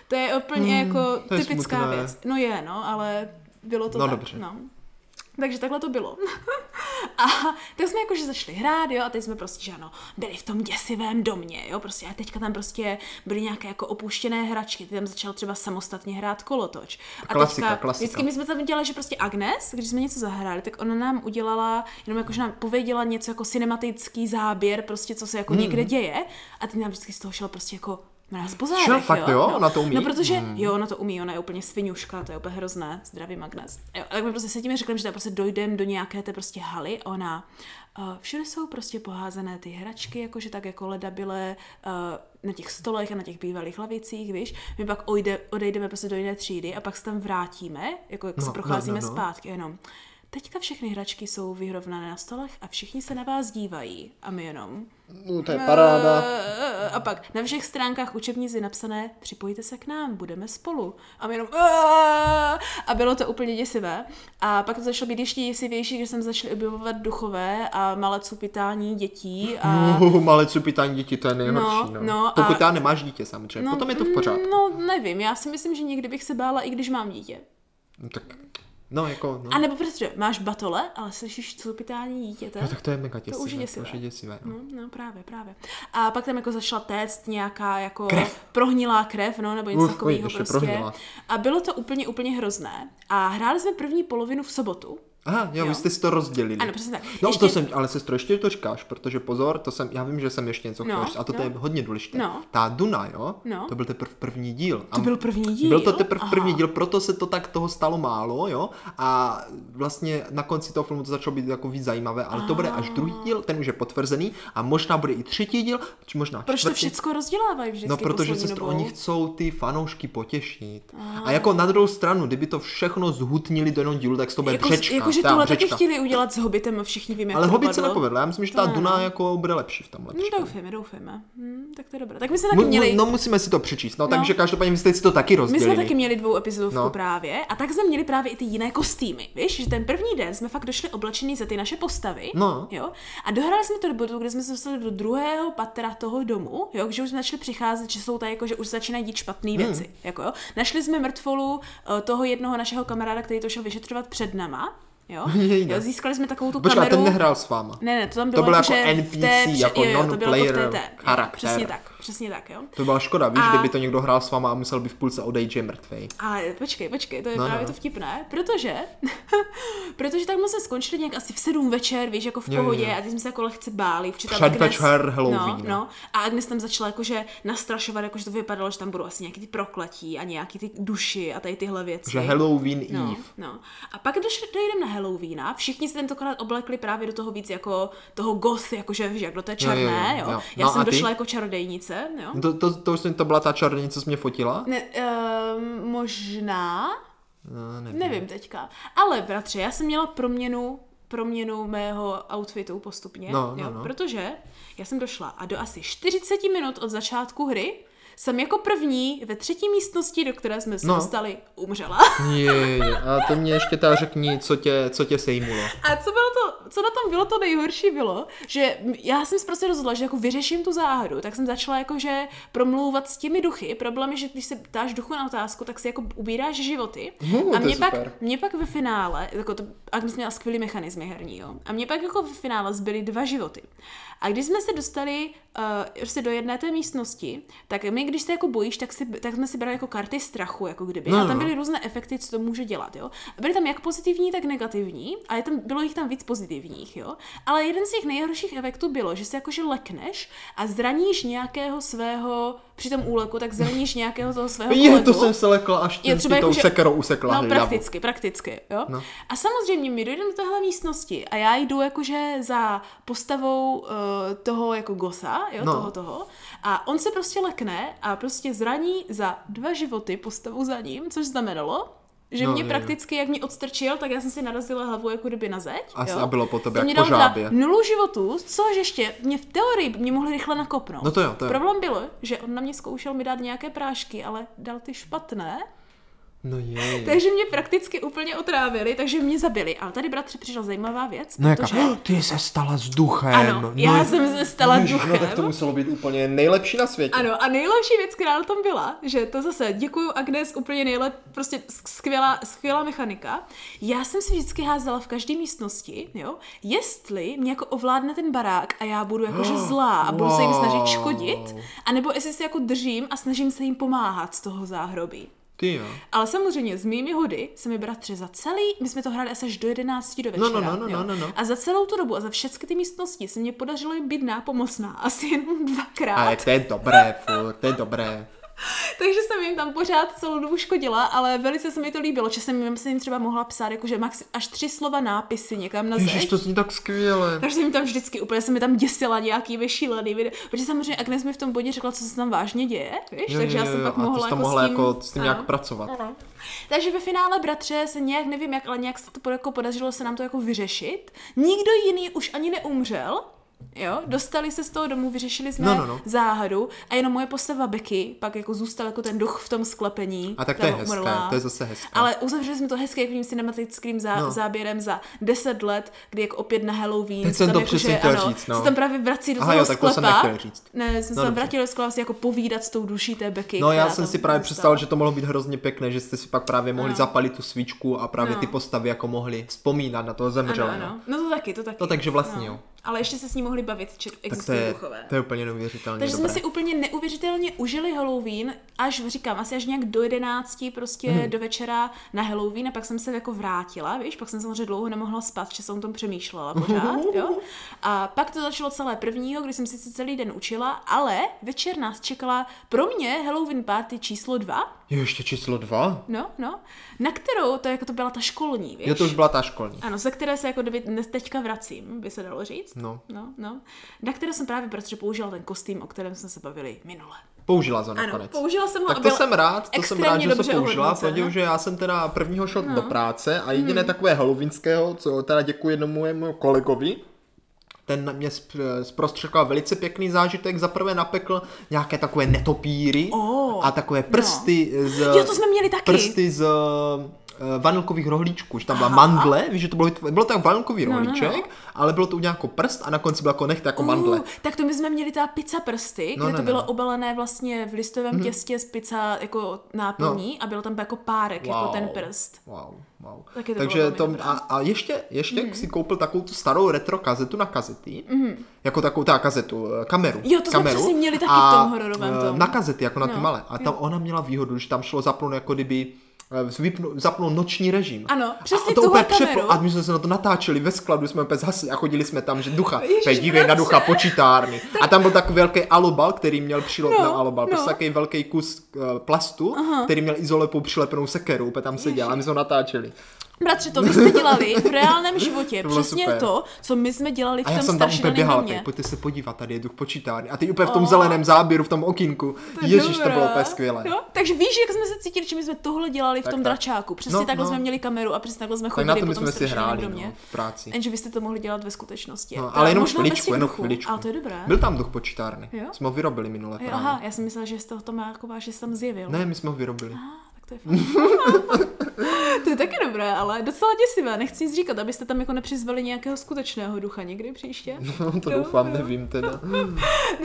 To je úplně jako
to je
typická
smutné.
věc. No je, no, ale bylo to
No
tak.
dobře.
No. Takže takhle to bylo. A tak jsme jakože začali hrát, jo, a teď jsme prostě, že ano, byli v tom děsivém domě, jo, prostě a teďka tam prostě byly nějaké jako opuštěné hračky, ty tam začal třeba samostatně hrát kolotoč. A
Klasika,
teďka,
klasika.
Vždycky my jsme tam dělali, že prostě Agnes, když jsme něco zahráli, tak ona nám udělala, jenom jakože nám pověděla něco jako cinematický záběr, prostě co se jako
Hmm.
někde děje, a ty nám vždycky z toho šel prostě jako mráz po zádech,
fakt, jo?
No.
Ona to umí?
No, protože, jo, ona to umí, ona je úplně svinuška, to je úplně hrozné, zdravý magnes. Jo, a tak my prostě se tím řekli, že tam prostě dojdeme do nějaké té prostě haly, a ona, uh, všude jsou prostě poházené ty hračky, jakože tak jako ledabile uh, na těch stolech a na těch bývalých lavicích, víš, my pak ojde, odejdeme prostě do jiné třídy a pak se tam vrátíme, jako jak no, se
no,
procházíme
no, no.
zpátky, jenom. Teďka všechny hračky jsou vyrovnané na stolech a všichni se na vás dívají a my jenom.
No, to je paráda.
Eh, A pak na všech stránkách učebnic je napsané, připojte se k nám, budeme spolu. A my jenom "Aaaah!" a bylo to úplně děsivé. A pak to začalo být ještě děsivější, když jsem začaly objevovat duchové a malé cupitání dětí. A...
Uh, malé cupitání děti, to je nejhorší. No,
No, no,
Pokud
a-
já nemáš dítě samozřejmě, potom je to v pořádku.
No, nevím, já si myslím, že někdy bych se bála, i když mám dítě.
No, tak, no jako, no.
A nebo protože máš batole, ale slyšíš cupitání dítěte.
no. tak to je mega děsivé.
už je děsivé.
To už je děsivé. No.
No, no, právě, právě. A pak tam jako začala téct nějaká jako
Krev.
prohnilá krev, no, nebo něco
Uf, uj,
takového
ještě
prostě.
prohnilá.
A bylo to úplně, úplně hrozné. A hráli jsme první polovinu v sobotu.
Aha, jo, vy
Jo.
jste si to rozdělili.
Ano, přesně tak.
No,
Ještě-
to jsem, ale sestro, ještě to říkáš, protože pozor, to jsem, já vím, že jsem ještě něco chtěl
No,
říct, a to
no.
je hodně důležité.
No.
Ta Duna, jo,
No.
to byl teprve první díl. A
To byl první díl?
Byl to teprve
Aha.
první díl, proto se to tak toho stalo málo, jo, a vlastně na konci toho filmu to začalo být jako víc zajímavé, ale to bude až
Ah.
druhý díl, ten už je potvrzený, a možná bude i třetí díl, či možná
Proč to
čtvrtý.
všecko rozdělávají vždycky
No, protože
poslední Ah.
se
dobou?
oni chcou ty fanoušky potěšit. A jako na druhou stranu, kdyby to všechno zhutnili do jednoho dílu, tak se to bude
jako,
břečka.
jako, že
teda
tohle taky
břečka.
chtěli udělat s Hobbitem, všichni víme, jak
Ale
to
Hobbit se
dopadlo.
nepovedl, já myslím, že ta
ne, no.
Duna jako bude lepší v tomhle.
No,
případě.
doufejme, doufejme. Hm, tak to je dobré. Tak my jsme taky
Mu- mu-
měli...
No musíme si to přečíst, no,
No.
takže každopádně vy jste si to taky
My
rozdělili.
jsme taky měli dvou epizodovku
No.
no. právě a tak jsme měli právě i ty jiné kostýmy. Víš, že ten první den jsme fakt došli oblečený za ty naše postavy.
No.
Jo? A dohráli jsme to do bodu, kde jsme se dostali do druhého patra toho domu, jo? že už jsme začali přicházet, že jsou tady jako, že už začínají dít
Hmm.
špatné věci. Jako, jo? Našli jsme mrtvolu eh, toho jednoho našeho kamaráda, který to šel vyšetřovat před nama. Jo?
Jejda.
jo získali jsme takovou tu
Počkej, a
kameru.
ten nehrál s váma.
Ne, ne, to tam bylo,
bylo
jako,
jako
že v té
NPC,
pře-
jako
jo, jo, to bylo
non-player
jako v té té,
charakter.
Přesně tak, přesně tak, jo.
To byla škoda, víš,
A-
kdyby to někdo hrál s váma a musel by v půlce odejít, že je mrtvej.
Ale počkej, počkej, to je
No,
no, právě
no.
no. to vtipné, protože, protože tam jsme skončili nějak asi v sedm večer, víš, jako v
Jo, jo,
pohodě,
jo.
a ty jsme se jako lehce báli. Před
Předvečer
no,
Halloween.
no, a Agnes tam začala jakože nastrašovat, jakože to vypadalo, že tam budou asi nějaký ty prokletí a nějaký ty duši a tady tyhle věci.
Že Halloween
No,
Eve.
no. A pak došli, dojdeme na Halloweena, všichni se tentokrát oblekli právě do toho víc jako toho goth, jakože víš, jak do té
jo, jo,
černé, jo.
jo.
Já
No a
jsem
ty?
došla jako čarodejnice, jo.
No To, to, to, už jsem, to byla ta čarnice, co jsi mě fotila?
Ne, um, možná,
No, nevím.
Nevím teďka. Ale bratře, já jsem měla proměnu proměnu mého outfitu postupně,
No, no,
jo,
no.
protože já jsem došla a do asi 40 minut od začátku hry jsem jako první ve třetí místnosti, do které jsme se
No.
dostali, umřela.
Jej, a to mě ještě ta řekni, co tě, co tě sejmulo.
A co, bylo to, co na tom bylo to nejhorší bylo, že m- já jsem se prostě rozhodla, že jako vyřeším tu záhadu, tak jsem začala jakože promlouvat s těmi duchy. Problém je, že když se ptáš duchu na otázku, tak si jako ubíráš životy.
Hu, to
a
je
mě pak,
super.
mě pak ve finále, jako to, Agnes měla skvělý mechanizmy herní, jo. A mě pak jako ve finále zbyly dva životy. A když jsme se dostali uh, prostě do jedné té místnosti, tak my, když se jako bojíš, tak, si, tak jsme si brali jako karty strachu, jako kdyby.
No,
No,
no,
a tam
no.
byly byly různé efekty, co to může dělat, jo. Byly tam jak pozitivní, tak negativní, a je tam, bylo jich tam víc pozitivních, jo. Ale jeden z těch nejhorších efektů bylo, že se jakože lekneš a zraníš nějakého svého, při tom úleku, tak zraníš nějakého toho svého
Je,
kolegu.
to jsem se lekla, až
Je
tím
třeba
si tou
jako, že...
sekerou usekla
No,
hlavu.
prakticky, prakticky, jo.
No.
No. A samozřejmě my dojdeme do téhle místnosti a já jdu jakože za postavou uh, toho jako gosa, jo,
No.
no. toho toho. A on se prostě lekne a prostě zraní za dva životy postavu za ním, což znamenalo, že
No,
no, mě
jo, jo.
prakticky, jak mě odstrčil, tak já jsem si narazila hlavu jako kdyby na zeď.
Asi
jo.
a bylo po tobě
To
jak
mě
po
dalo teda
žábě.
nulu životů, což ještě mě v teorii mě mohli rychle nakopnout.
No to jo, to jo.
Problém bylo, že on na mě zkoušel mi dát nějaké prášky, ale dal ty špatné
No jej.
Takže mě prakticky úplně otrávili, takže mě zabili. Ale tady bratře přišla zajímavá věc,
No jaká,
protože...
ty se stala s duchem.
Ano, já
no,
jsem se stala
Ježiš,
duchem.
No tak to muselo být úplně nejlepší na světě.
Ano, a nejlepší věc, která na tom byla, že to zase děkuju Agnes, úplně nejlep, prostě skvělá, skvělá mechanika. Já jsem si vždycky házela v každé místnosti, jo, jestli mě jako ovládne ten barák a já budu jakože zlá a budu se jim snažit škodit, anebo jestli se jako držím a snažím se jim pomáhat z toho záhrobí.
Ty jo.
Ale samozřejmě s mými hody se mi bratře za celý, my jsme to hráli asi až do 11 do
no,
večera.
no, no,
jo.
no, no, no.
A za celou tu dobu a za všechny ty místnosti se mě podařilo jim být nápomocná asi jenom dvakrát.
Ale to je dobré, furt, to je dobré.
Takže jsem jim tam pořád celou dobu škodila, ale velice se mi to líbilo, že jsem jim, jsem jim třeba mohla psát jakože max až tři slova nápisy někam na zeď.
Ježiš, to zní tak skvěle.
Takže jsem jim tam vždycky úplně, jsem mi tam děsila nějaký vyšílený video. Protože samozřejmě Agnes mi v tom bodě řekla, co se tam vážně děje, víš?
Jo,
Takže
jo,
já jsem
jo,
pak
a ty
mohla,
jsi tam
jako
mohla
s tím,
jako s tím
ano.
nějak pracovat.
Ano. Takže ve finále, bratře, se nějak, nevím jak, ale nějak se to pod- jako podařilo se nám to jako vyřešit. Nikdo jiný už ani neumřel, jo, dostali se z toho domu, vyřešili jsme
No, no, no.
záhadu a jenom moje postava Becky pak jako zůstal jako ten duch v tom sklepení.
A tak to
tam
je hezké,
umrla.
to je zase hezké.
Ale uzavřeli jsme to hezky jakým cinematickým zá-
No.
no. záběrem za 10 let, kdy jako opět na Halloween.
Teď
se
jsem
tam
to
jakože,
přesně chtěl
ano,
říct, no.
Se tam právě vrací do
Aha,
toho
jo, tak to
sklepa.
jsem nechtěl říct.
Ne, jsem
No,
se tam
dobře.
vrátila do sklepa si jako povídat s tou duší té Becky.
No já
která
jsem
tam
si právě
zůstala.
představil, že to mohlo být hrozně pěkné, že jste si pak právě mohli
Ano.
zapalit tu svíčku a právě
No.
ty postavy jako mohli vzpomínat na toho zemřelého.
Ano, ano. No to taky, to taky.
No takže vlastně
no.
jo.
Ale ještě se s ní mohli bavit, či
Tak to
existují
je,
duchové.
to je úplně neuvěřitelně
takže
dobré.
jsme si úplně neuvěřitelně užili Halloween, až říkám, asi až nějak do 11 prostě
Mhm.
hmm. do večera na Halloween a pak jsem se jako vrátila, víš, pak jsem samozřejmě dlouho nemohla spát, že jsem o tom přemýšlela pořád, jo. A pak to začalo celé prvního, kdy jsem si celý den učila, ale večer nás čekala pro mě Halloween party číslo 2,
Jo, ještě číslo dva?
no, no, na kterou to jako to byla ta školní, víš.
Jo, to už byla ta školní.
Ano, ze které se jako kdyby dnes teďka vracím, by se dalo říct.
No.
No, no. Na které jsem právě protože použila ten kostým, o kterém jsme se bavili minule.
Použila za
Ano,
nakonec.
použila jsem ho
tak
a
to
byla
jsem rád, to jsem
extrémně
rád, že
dobře No.
se použila,
ohodnocena.
protože já jsem teda prvního šel do práce a jediné
Hmm.
takové halloweenského, co teda děkuji jednomu mému kolegovi, ten na mě sp- zprostředkoval velice pěkný zážitek, zaprvé napekl nějaké takové netopíry
Ó, no.
a takové prsty z...
Jo, to jsme měli taky.
Prsty z eh, vanilkových rohlíčků, že tam byla mandle, víš, že to bylo, bylo tak vanilkový
no, no.
rohlíček, ale bylo to uděláno jako prst a na konci bylo jako nechte jako mandle.
Uh, tak to my jsme měli ta pizza prsty,
No, Mhm.
kde
ne,
to
ne.
bylo obalené vlastně v listovém těstě z pizza jako náplní a bylo tam jako párek, jako ten prst.
No. Wow, wow.
Taky to
Takže
bylo velmi Mhm.
to,
dobré.
a, a ještě, ještě mm. si koupil takovou tu starou retro kazetu na kazety, mm. jako takovou ta kazetu, eh, kameru.
Mhm. Jo, to jsme
kameru.
přesně měli taky v
a,
tom hororovém
eh,
tom.
Na kazety, jako na ty
No,
malé. A tam ona měla výhodu, že tam šlo zapnout jako kdyby eh, vypnu- zapnout noční režim.
Ano, přesně
a to
tuhle
úplně přepl-
kameru.
A my jsme se na to natáčeli ve skladu, jsme úplně zhasli a chodili jsme tam, že ducha,
Ježiš,
Ježiš, dívej na
bratře.
ducha počítárny. A tam byl takový velký alobal, který měl přilo,
No,
no, alobal,
no.
prostě takový velký kus eh, plastu, který měl izolepou přilepenou sekeru, úplně tam seděl a my jsme ho natáčeli.
Bratře, to vy jste dělali v reálném životě.
To bylo
přesně
super.
to, co my jsme dělali v
A já
tom
jsem tam úplně
strašidelném
běhal,
domě.
tak pojďte se podívat, tady je duch počítárny. A teď úplně v tom zeleném záběru, v tom okinku.
To je
Ježíš, to
dobrá.
bylo úplně skvělé.
No, takže víš, jak jsme se cítili, že my jsme tohle dělali v
Tak,
tom
tak.
dračáku. Přesně
No,
takhle
no.
jsme měli kameru a přesně takhle jsme
Tak
chodili
na to
po
my
tom
jsme si
strašném
hráli
domě.
no, v práci.
Jenže vy jste to mohli dělat ve skutečnosti.
No,
Teda
ale jenom
možná bez těch
chviličku, jenom
duchů,
chviličku.
Ale to je dobré.
Byl tam duch počítárny.
Jo?
Jsme ho vyrobili minule
Jo,
právě.
Aha, já jsem myslela, že jste to má jako že se tam zjevil.
Ne, my jsme ho vyrobili.
Ah, tak to je fajn. to je taky dobré, ale docela děsivé. Nechci nic říkat, abyste tam jako nepřizvali nějakého skutečného ducha někdy příště.
No, to
Jo,
doufám,
jo.
nevím teda.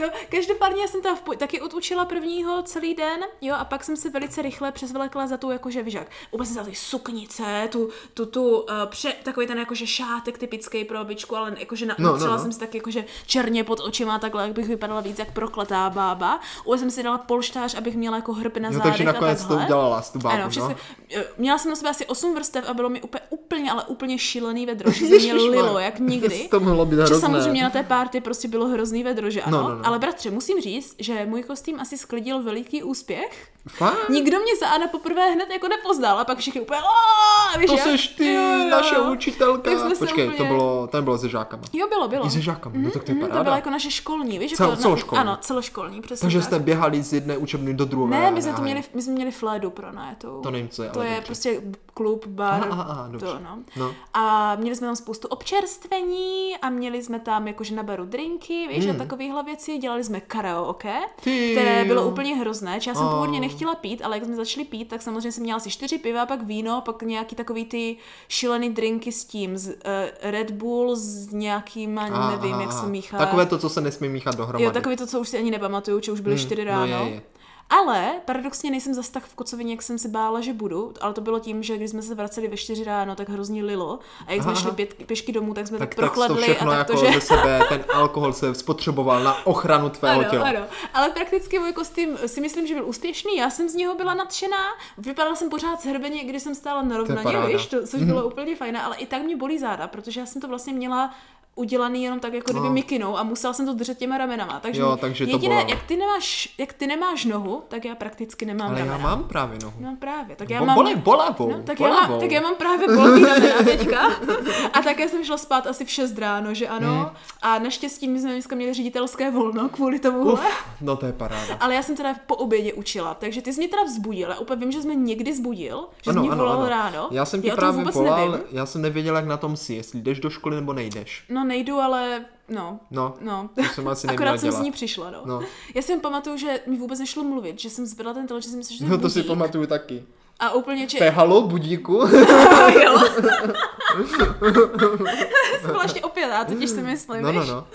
No, každopádně já jsem tam v poj- taky odučila prvního celý den, jo, a pak jsem se velice rychle přesvlekla za tu, jakože, víš jak, úplně za ty suknice, tu, tu, tu, uh, pře- takový ten jakože šátek typický pro babičku, ale jakože na-
No, no,
natřela
no.
jsem si tak jakože černě pod očima, takhle, jak bych vypadala víc jak prokletá bába. Už jsem si dala polštář, abych měla jako hrb na
Jo,
zádech
No, takže
a
nakonec to
takhle.
udělala s tu bábu,
Ano,
no.
přesně. Eh, Měla jsem na sobě asi 8 vrstev a bylo mi úplně, úplně ale úplně šílený vedro, že se mě
Ježišmarja.
lilo, jak nikdy.
To mohlo být
Že
hrozné.
samozřejmě na té party prostě bylo hrozný vedro, že ano.
No, no, no.
Ale bratře, musím říct, že můj kostým asi sklidil veliký úspěch.
Fakt?
Nikdo mě za Ana poprvé hned jako nepoznal a pak všichni úplně "Aaa", víš,
To
jak-
seš ty, naše učitelka.
Tak jsme se
Počkej, to
úplně-
bylo, ten bylo se žákama.
Jo, bylo, bylo.
I se žákama, no tak to je
Mhm,
paráda.
to byla jako naše školní, víš?
Cel-
jako na-
celoškolní.
Ano, celoškolní, přesně
Takže
tak.
jste běhali z jedné učebny do druhé.
Ne, my jsme, to
Aj.
měli, my jsme měli flédu pro ona je tou...
To nevím, co je,
To
ale
je
dobře.
prostě klub, bar,
Aha, aha, aha, dobře.
to no.
No.
A měli jsme tam spoustu občerstvení a měli jsme tam jakože na baru drinky, víš, a takovýchhle věci. Dělali jsme karaoke,
Hmm. Ty
které
jo.
bylo úplně hrozné. Já jsem
Oh.
původně nechtěla pít, ale jak jsme začali pít, tak samozřejmě jsem měla asi čtyři piva, pak víno, pak nějaký takový ty šílený drinky s tím, z, eh, Red Bull s nějakým,
Aha,
nevím,
aha,
jak
aha.
se míchá.
Takové to, co se nesmí míchat dohromady.
Jo, takový to, co už si ani nepamatuju, že už byly čtyři
no
ráno.
je, je.
Ale paradoxně nejsem zas tak v kocovině, jak jsem si bála, že budu, ale to bylo tím, že když jsme se vraceli ve čtyři ráno, tak hrozně lilo. A jak jsme
Aha.
šli pět, pěšky domů, tak jsme tak,
Tak,
tak
tak to
prochladli
všechno
a tak
jako
to, že...
ze sebe, ten alkohol se spotřeboval na ochranu tvého
Ano,
těla.
ano. Ale prakticky můj kostým si myslím, že byl úspěšný, já jsem z něho byla nadšená, vypadala jsem pořád zhrbeně, když jsem stála na rovnaně,
paráda. Mhm.
víš, to, což bylo úplně fajné, ale i tak mě bolí záda, protože já jsem to vlastně měla udělaný jenom tak jako kdyby
No.
mikinou a musela jsem to držet těma ramenama. Takže,
Jo, takže to
jediné,
bolelo.
jak ty, nemáš, jak ty nemáš nohu, tak já prakticky nemám
Ale
ramena.
já mám právě nohu.
No právě, tak já
Bo-
mám...
Bolej, bolavou,
No, tak, já
bolavou.
mám, tak já mám právě bolky ramena teďka. A také jsem šla spát asi v 6 ráno, že ano.
Mhm.
A naštěstí my jsme dneska měli ředitelské volno kvůli tomuhle.
Uf, no to je paráda.
Ale já jsem teda po obědě učila, takže ty jsi mě teda vzbudil. Já úplně vím, že jsi mě někdy zbudil, že jsi mě volal ráno.
Já jsem ti
o tom
právě
vůbec
volal,
Nevím.
já jsem nevěděl, jak na tom si, jestli jdeš do školy nebo nejdeš.
No nejdu, ale no.
No,
No,
to jsem asi neměla
akorát jsem
dělat.
z ní přišla, no.
No.
Já si jen pamatuju, že mi vůbec nešlo mluvit, že jsem zbyla ten telefon, že jsem myslela, že je
No to si
budík. No,
pamatuju taky.
A úplně, že
To je halo, budíku.
jo. Zvláště opět, a totiž si myslím,
No, no,
víš?
no.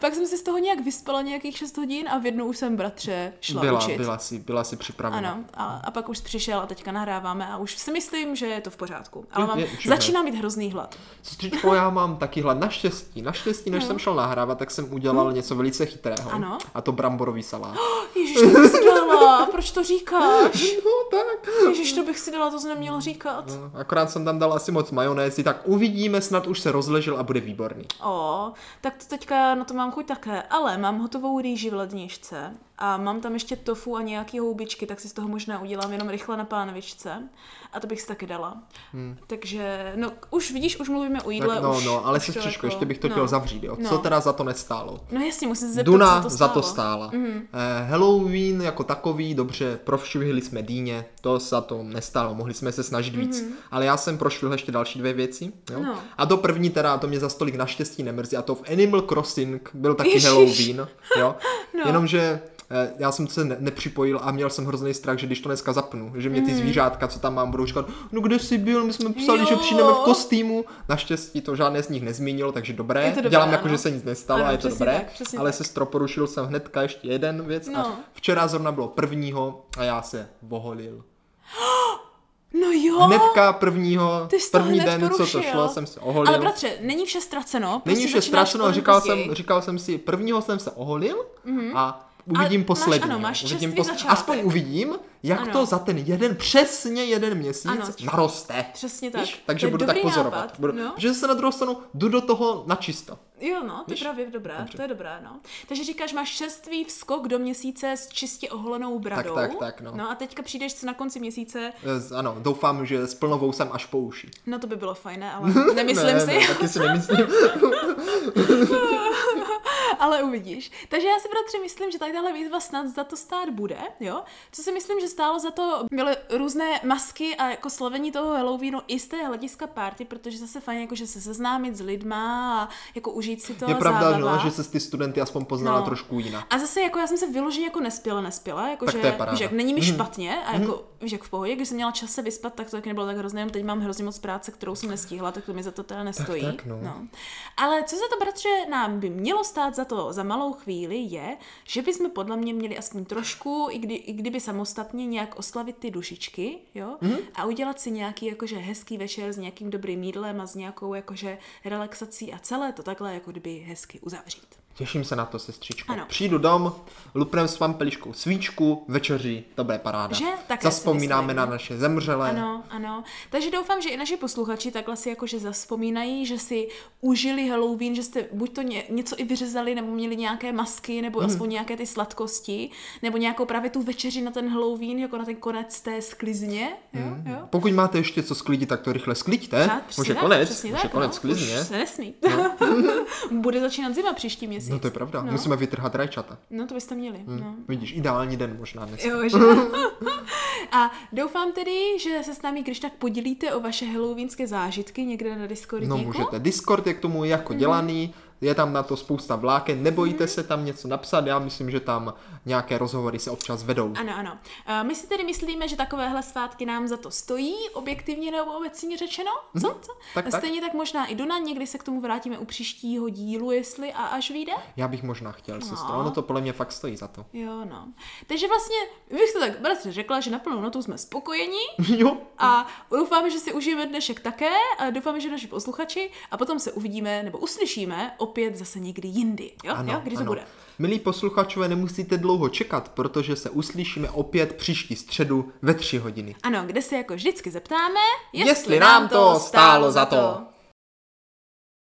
Pak jsem si z toho nějak vyspala nějakých 6 hodin a v jednu už jsem bratře šla
Byla,
učit.
byla si, byla si připravena.
Ano, a, a pak už jsi přišel a teďka nahráváme a už si myslím, že je to v pořádku. Ale
Je-
mám,
je, už je
začíná mít hrozný hlad.
Sestřičko, já mám taky hlad. Naštěstí, naštěstí, než jsem šel nahrávat, tak jsem udělal něco velice chytrého.
No. Ano.
A to bramborový salát.
Ježíš, to bych si dala, proč to říkáš?
No tak.
Ježíš, to bych si dala, to jsem neměla říkat.
No, Akorát jsem tam dal asi moc majonézy, tak uvidíme, snad už se rozležel a bude výborný.
O, tak to teďka na to mám chuť také, ale mám hotovou rýži v ledničce a mám tam ještě tofu a nějaký houbičky, tak si z toho možná udělám jenom rychle na pánvičce a to bych si taky dala. Hmm. Takže, no už vidíš, už mluvíme o jídle.
Tak, no,
už,
no, ale
už to
sestřičko,
jako-
ještě bych to
no.
chtěl zavřít, jo. Co
No.
teda za to nestálo?
No jasně, musím se zeptat,
Duna
co to
za
stálo. Mhm.
to stála. Eh, Halloween jako takový, dobře, prošvihli jsme dýně, to za to nestálo, mohli jsme se snažit víc. Ale já jsem prošvihl ještě další dvě věci. Jo?
Mhm. No.
A to první teda, to mě za stolik naštěstí nemrzí, a to v Animal Crossing byl taky
Ježiš.
Halloween. Jo?
No.
Jenomže eh, já jsem se ne- nepřipojil a měl jsem hrozný strach, že když to dneska zapnu, že mě
Mhm.
ty zvířátka, co tam mám, budou říkat, no kde jsi byl, my jsme psali, že
Jo.
přijdeme v kostýmu. Naštěstí to žádné z nich nezmínilo, takže dobré.
Je to dobré,
Dělám jako,
ano.
že se nic nestalo
Ano,
a je to
přesně
dobré.
tak, přesně
ale
tak.
sestro, porušil jsem hnedka ještě jeden věc
No.
a včera zrovna bylo prvního a já se voholil.
No jo,
Hnedka prvního,
ty jsi to
první
hned
den, co
porušil.
to šlo, jsem se oholil.
ale bratře, není vše ztraceno. Prostě
Není vše
začínáš
ztraceno,
potom
říkal
později. Mhm.
jsem, říkal jsem si, prvního jsem se oholil a uvidím
máš-
poslední.
ano, máš
uvidím
čerstvý začátek.
Aspoň uvidím, jak
Ano.
to za ten jeden, přesně jeden měsíc
Ano.
naroste.
Přesně tak.
Víš?
To
Takže
je
budu tak
dobrý
pozorovat.
nápad,
Budu,
no.
Že se na druhou stranu jdu do toho načisto.
Jo, no, to
Víš?
je právě dobré,
Dobře.
to je dobré, no. Takže říkáš, máš čerstvý vskok do měsíce s čistě oholenou bradou.
tak, tak, no.
No a teďka přijdeš na konci měsíce,
Eh, Ano, doufám, že s plnovou jsem až po uši.
no to by bylo fajné, ale nemyslím
ne,
si,
Ne, taky si nemyslím.
ale uvidíš. Takže já si bratře myslím, že tady tahle výzva snad za to stát bude, jo. Co si myslím, že stálo za to, byly různé masky a jako slavení toho Halloweenu i z té hlediska party, protože zase fajn jako, že se seznámit s lidma a jako užít si to
Je
a
pravda,
zábava.
no, že se ty studenty aspoň poznala
No.
trošku jinak.
A zase jako já jsem se vyloženě jako nespěla, nespěla, jako
Tak
že,
to je paráda. Hmm.
víš, jak není mi špatně a jako, víš, jak v pohodě, když jsem měla čas se vyspat, tak to taky nebylo tak hrozné, jenom teď mám hrozně moc práce, kterou jsem nestihla, tak to mi za to teda nestojí.
tak, no.
Ale co za to, bratře, nám by mělo stát za to za malou chvíli, je, že bychom podle mě měli aspoň trošku, i, kdy, i kdyby samostatně nějak oslavit ty dušičky, jo,
Hmm.
a udělat si nějaký jakože hezký večer s nějakým dobrým jídlem a s nějakou jakože relaxací a celé to takhle jako kdyby hezky uzavřít.
Těším se na to, sestřičko.
Ano.
Přijdu dom, lupnem s pampeliškou svíčku, večeří, to bude paráda.
Že? Také si
Zaspomínáme
myslím.
na naše zemřelé.
Ano, ano. Takže doufám, že i naši posluchači takhle si jakože zaspomínají, že si užili Halloween, že jste buď to ně, něco i vyřezali, nebo měli nějaké masky, nebo
Mhm.
mm. aspoň nějaké ty sladkosti, nebo nějakou právě tu večeři na ten Halloween, jako na ten konec té sklizně. Jo, jo.
Pokud máte ještě co sklidit, tak to rychle sklidíte.
Přát-
Mhm.
přesně
Už je
tak,
konec,
přesně
už je
tak,
konec
no.
sklizně.
Už se nesmí. Bude začínat zima příští měsíc.
No to je pravda, Hmm.
No,
musíme vytrhat rajčata.
no to byste měli. No.
Vidíš, ideální den možná dnes.
Jo, že? A doufám tedy, že se s námi když tak podělíte o vaše halloweenské zážitky někde na Discordu.
No můžete, Discord je k tomu
Mhm.
jako dělaný, je tam na to spousta vláken, nebojte se tam něco napsat, já myslím, že tam nějaké rozhovory se občas vedou.
Ano, ano. Eh, My si tedy myslíme, že takovéhle svátky nám za to stojí, objektivně nebo obecně řečeno. Co? Co?
Mhm. Tak, tak.
Stejně tak. možná i Duna, někdy se k tomu vrátíme u příštího dílu, jestli a až vyjde.
Já bych možná chtěl, sestro,
No.
ono to podle mě fakt stojí za to.
Jo, no. Takže vlastně bych to tak bratře řekla, že na plnou notu jsme spokojeni
Jo,
a doufáme, že si užijeme dnešek také, a doufáme, že naši posluchači a potom se uvidíme nebo uslyšíme opět zase někdy jindy. Jo, jo? kdy to bude.
Milí posluchačové, nemusíte dlouho čekat, protože se uslyšíme opět příští středu ve tři hodiny.
Ano, kde se jako vždycky zeptáme,
Jestli nám to stálo za to.